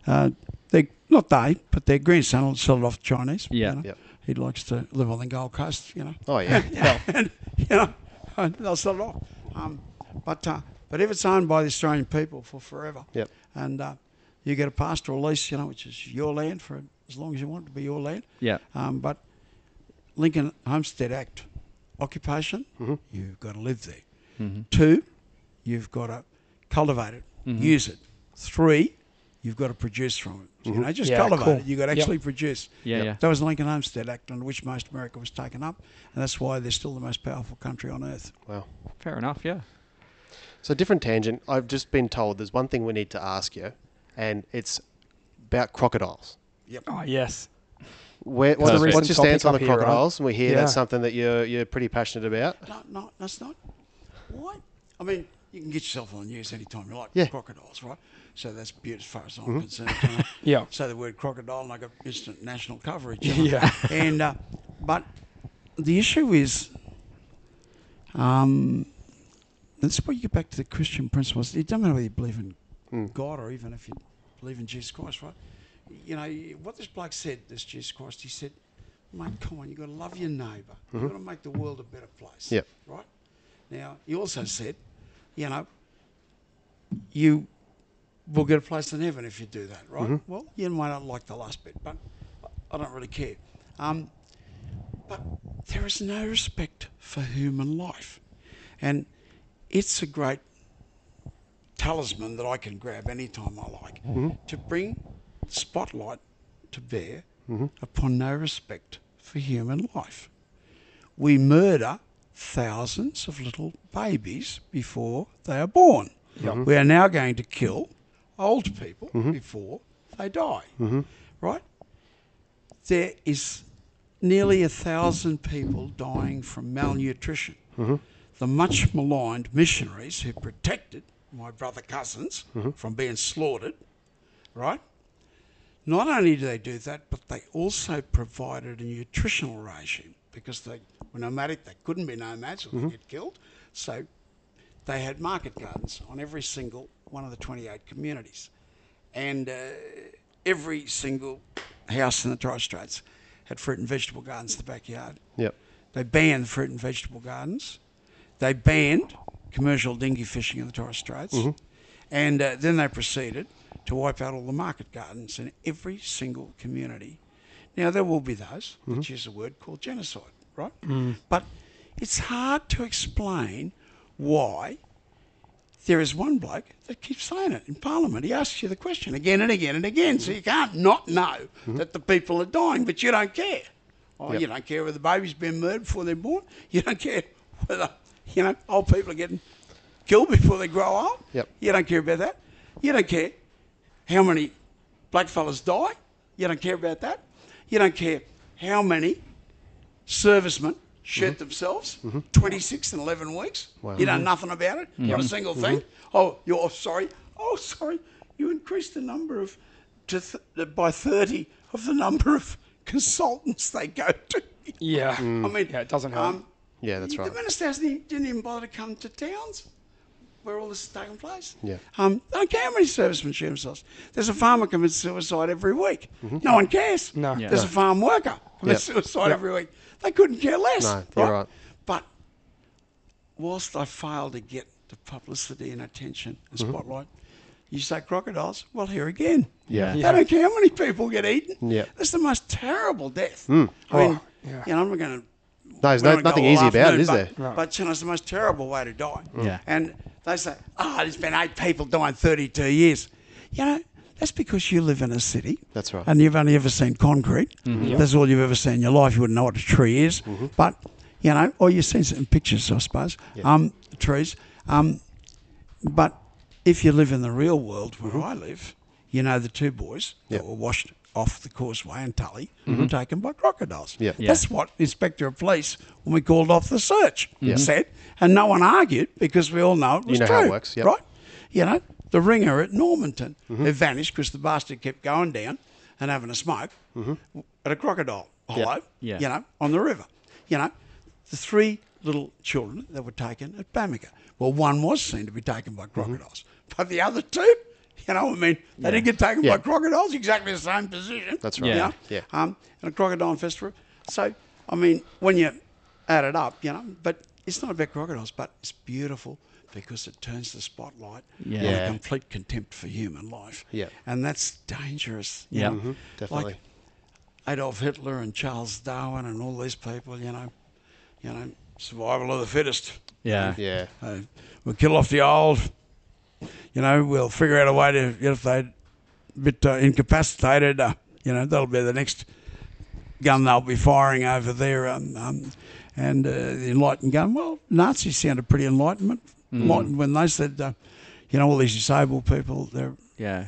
Uh, they not they, but their grandson will sell it off to Chinese. you
Yeah.
know.
Yep.
He likes to live on the Gold Coast, you know.
Oh, yeah.
[LAUGHS] and, you know, and they'll sell it off. Um, but, uh, but if it's owned by the Australian people for forever,
Yep.
and uh, you get a pastoral lease, you know, which is your land for as long as you want it to be your land.
Yeah.
Um, but Lincoln Homestead Act occupation,
Mm-hmm.
you've got to live there. Two, you've got to cultivate it,
Mm-hmm.
use it. Three, you've got to produce from it. You know,
Mm-hmm.
just
Yeah,
cultivate
cool.
it. You've got to
Yep.
actually produce.
Yeah, Yep. yeah.
That was the Lincoln Homestead Act, under which most America was taken up, and that's why they're still the most powerful country on earth.
[LAUGHS] Wow.
Fair enough. Yeah.
So different tangent. I've just been told there's one thing we need to ask you, and it's about crocodiles.
Oh yes.
Where, what's,
Perfect.
what's your stance on the
Topic up here, right?
crocodiles? We hear
Yeah.
that's something that you're you're pretty passionate about.
No, no, that's not. Why? I mean, you can get yourself on the news anytime you like.
Yeah.
Crocodiles, right? So that's beautiful as far as I'm concerned. you know.
Mm-hmm. [LAUGHS] Yeah.
Say the word crocodile and I got instant national
[LAUGHS]
coverage.
Yeah.
And uh, but the issue is, um, this is where you get back to the Christian principles. It doesn't matter whether you believe in God or even if you believe in Jesus Christ, right? You know what this bloke said. This Jesus Christ, he said, "Mate, come on, you got to love your neighbour. You've got to make the world a better place."
Yep.
Right. Now he also said, you know, you will get a place in heaven if you do that, right? Well, you might not like the last bit, but I don't really care. Um, but there is no respect for human life. And it's a great talisman that I can grab anytime I like to bring spotlight to bear upon no respect for human life. We murder thousands of little babies before they are born. We are now going to kill old people before they die. Right? There is nearly a thousand people dying from malnutrition. The much maligned missionaries who protected my brother cousins from being slaughtered, right? Not only do they do that, but they also provided a nutritional regime because they were nomadic. They couldn't be nomads or they'd get killed. So they had market gardens on every single one of the 28 communities. And uh, every single house in the Torres Straits had fruit and vegetable gardens in the backyard.
Yep.
They banned fruit and vegetable gardens. They banned commercial dinghy fishing in the Torres Straits. And uh, then they proceeded to wipe out all the market gardens in every single community. Now, there will be those, which is a word called genocide, right? But it's hard to explain why there is one bloke that keeps saying it in Parliament. He asks you the question again and again and again. So you can't not know that the people are dying, but you don't care. Oh, You don't care whether the baby's been murdered before they're born. [LAUGHS] You don't care whether, you know, old people are getting killed before they grow up.
Yep.
You don't care about that. You don't care how many blackfellas die. You don't care about that. You don't care how many servicemen shed themselves 26 and 11 weeks. You know nothing about it, not a single thing. Oh, you're sorry. Oh, sorry. You increased the number of to th- by 30 of the number of consultants they go to.
Yeah.
I mean, um,
Yeah, it doesn't help.
Yeah, that's
the
right.
minister hasn't even, didn't even bother to come to towns where all this is taking place.
Yeah.
Um, I don't care how many servicemen shoot themselves. There's a farmer commits suicide every week. No one cares.
No. Yeah.
There's a farm worker commits
Mm-hmm. Yeah.
suicide every week. They couldn't care less.
No, you're right.
But whilst I fail to get the publicity and attention and
Mm-hmm.
spotlight, you say crocodiles. Well, here again.
Yeah.
They don't care how many people get eaten.
Yeah. Mm.
That's the most terrible death. I
Oh,
mean,
yeah.
you know, I'm not going to
No, there's
we
no,
don't go
nothing
all
easy about it,
afternoon,
is there? Mm.
but, But you know, it's the most terrible way to die.
Yeah.
And they say, oh, there's been eight people dying 32 years. You know, that's because you live in a city.
That's right. Mm-hmm.
And you've only ever seen concrete. That's all you've ever seen in your life. You wouldn't know what a tree is. But, you know, or you've seen some pictures, I suppose, um, trees. Um, but if you live in the real world where
Mm-hmm.
I live, you know the two boys
Yep.
that were washed off the causeway in Tully
Mm-hmm.
were taken by crocodiles.
Yep.
Yeah.
That's what the Inspector of Police, when we called off the search, said. And no one argued because we all know it was
know
true.
how it works, yep.
Right? You know, the ringer at Normanton,
Mm-hmm.
it vanished because the bastard kept going down and having a smoke
Mm-hmm.
at a crocodile hollow,
Yeah.
you know, on the river. You know, the three little children that were taken at Bamaga. Well, one was seen to be taken by crocodiles, but the other two, you know, I mean, they didn't get taken
Mm-hmm. Yeah.
by crocodiles, exactly the same position.
That's right.
you
Yeah.
know?
Yeah.
Um, and a crocodile festival. So, I mean, when you add it up, you know, but it's not about crocodiles, but it's beautiful because it turns the spotlight on
Yeah.
a complete contempt for human life.
Yeah.
And that's dangerous. you
Yeah.
know.
Mhm,
definitely.
Like Adolf Hitler and Charles Darwin and all these people, you know, you know, survival of the fittest.
Yeah.
Yeah.
Uh, we'll kill off the old. You know, we'll figure out a way to if they are a bit uh, incapacitated. Uh, you know, that'll be the next gun they'll be firing over there. Um, um, and uh, the enlightened gun. Well, Nazis sounded pretty enlightenment.
Hmm.
Enlightened when they said, uh, you know, all these disabled people, they're
Yeah.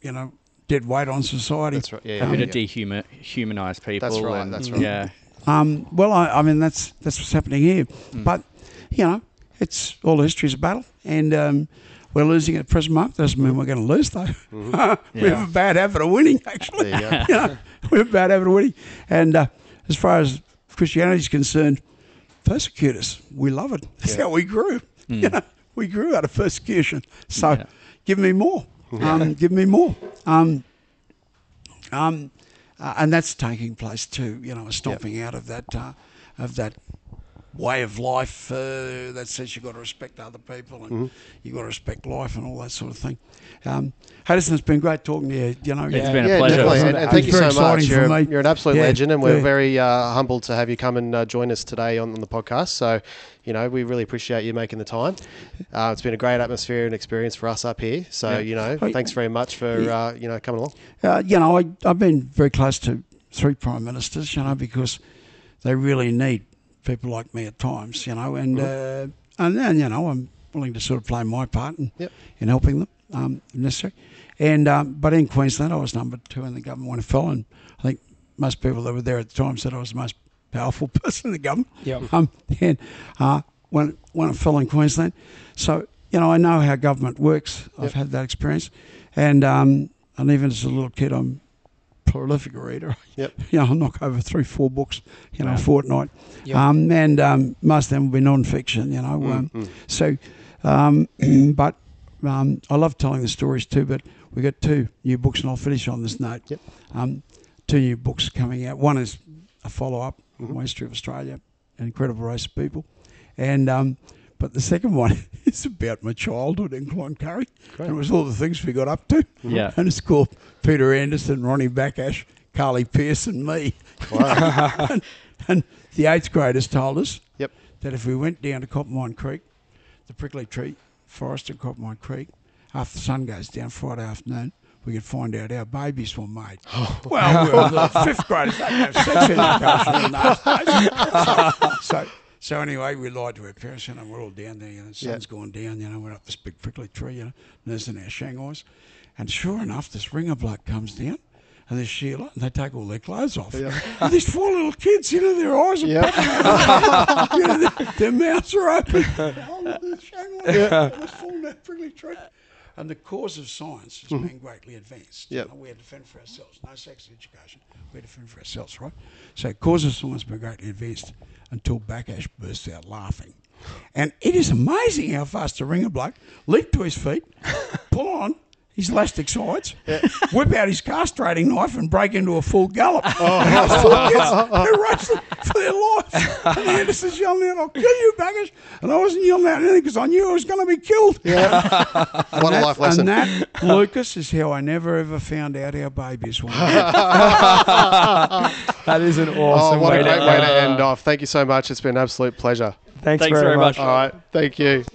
you know dead weight on society.
That's right. Yeah.
A
yeah,
bit
yeah.
of dehumanize people.
That's right,
and-
that's right.
Yeah.
Um, well, I, I mean that's that's what's happening here,
Hmm.
but you know it's all history is a battle, and um, we're losing at present moment. Doesn't mean we're going to lose though. [LAUGHS] we
Yeah.
have a bad habit of winning, actually.
Mm-hmm. There you go.
[LAUGHS] You know, we have a bad habit of winning, and uh, as far as Christianity is concerned, persecute us. We love it. That's how we grew.
Hmm.
[LAUGHS] You know, we grew out of persecution. So,
Yeah.
give me more. Um, give me more. Um, um, uh, and that's taking place too. You know, a stomping out of that uh, of that way of life uh, that says you've got to respect other people and
Mm-hmm.
you've got to respect life and all that sort of thing. Um, Haddison, it's been great talking to you. You know,
It's been a
Yeah,
pleasure.
definitely.
wasn't
And,
it?
and thank you
Very
so much.
exciting for
You're, a-
me.
you're an absolute
Yeah,
legend, and we're
yeah.
very uh, humbled to have you come and uh, join us today on, on the podcast. So, you know, we really appreciate you making the time. Uh, it's been a great atmosphere and experience for us up here. So, you know,
Hey.
thanks very much for uh, you know coming along.
uh, you know, I, I've been very close to three prime ministers, you know, because they really need people like me at times, you know, and
Mm-hmm.
uh, and then you know I'm willing to sort of play my part in,
Yep.
in helping them um, if necessary. And um, but in Queensland, I was number two in the government when it fell, and I think most people that were there at the time said I was the most powerful [LAUGHS] person in the government.
Yep.
[LAUGHS] Um, and uh, when when it fell in Queensland, so you know I know how government works. I've had that experience, and um, and even as a little kid, I'm a prolific reader. [LAUGHS]
Yep.
you know, I knock over three, four books, you know, a fortnight,
Yep.
um, and um, most of them will be non-fiction. You know, um, so um, [CLEARS THROAT] but um, I love telling the stories too. But we got two new books, and I'll finish on this note.
Yep.
Um, two new books coming out. One is a follow-up on my history of Australia, an incredible race of people, and um, but the second [LAUGHS] one is about my childhood in Cloncurry. And it was all the things we got up to.
Yeah.
And it's called Peter Anderson, Ronnie Backash, Carly Pearce, and me. [LAUGHS] and, and the eighth graders told us
Yep.
that if we went down to Coppermine Creek, the prickly tree forest at Coppermine Creek, after the sun goes down Friday afternoon, we could find out our babies were made. Well, we were the fifth graders. They didn't have sex education in those days. [LAUGHS] So, so anyway, we lied to our parents, you know, we're all down there, you know, the sun's gone down, you know, we're up this big prickly tree, you know, nursing our shanghais. And sure enough, this ringer bloke comes down. And there's Sheila, and they take all their clothes off. And these four little kids, you know, their eyes are
Yep.
[LAUGHS] you know, their, their mouths are open. Oh, the shanghai, it was falling down a prickly tree. And the cause of science has been greatly advanced. You
Yep.
know, we had to fend for ourselves. No sex education. We had to fend for ourselves, right? So cause of science has been greatly advanced until Backash burst out laughing. And it is amazing how fast the ringer bloke leaped to his feet, [LAUGHS] pull on his elastic sides, whip out his castrating knife, and break into a full gallop. They're racing for their lives. And Anderson's yelling out, I'll kill you, baggage. And I wasn't yelling out anything because I knew I was going to be killed.
[LAUGHS]
[LAUGHS]
What a
That-
life lesson.
And that, [LAUGHS] Lucas, is how I never ever found out our
[LAUGHS]
babies were.
That is an
oh,
awesome
what
way
a great
to
way to
end.
end off. Thank you so much. It's been an absolute pleasure.
Thanks,
Thanks
very
very
much.
much.
All right. Thank you.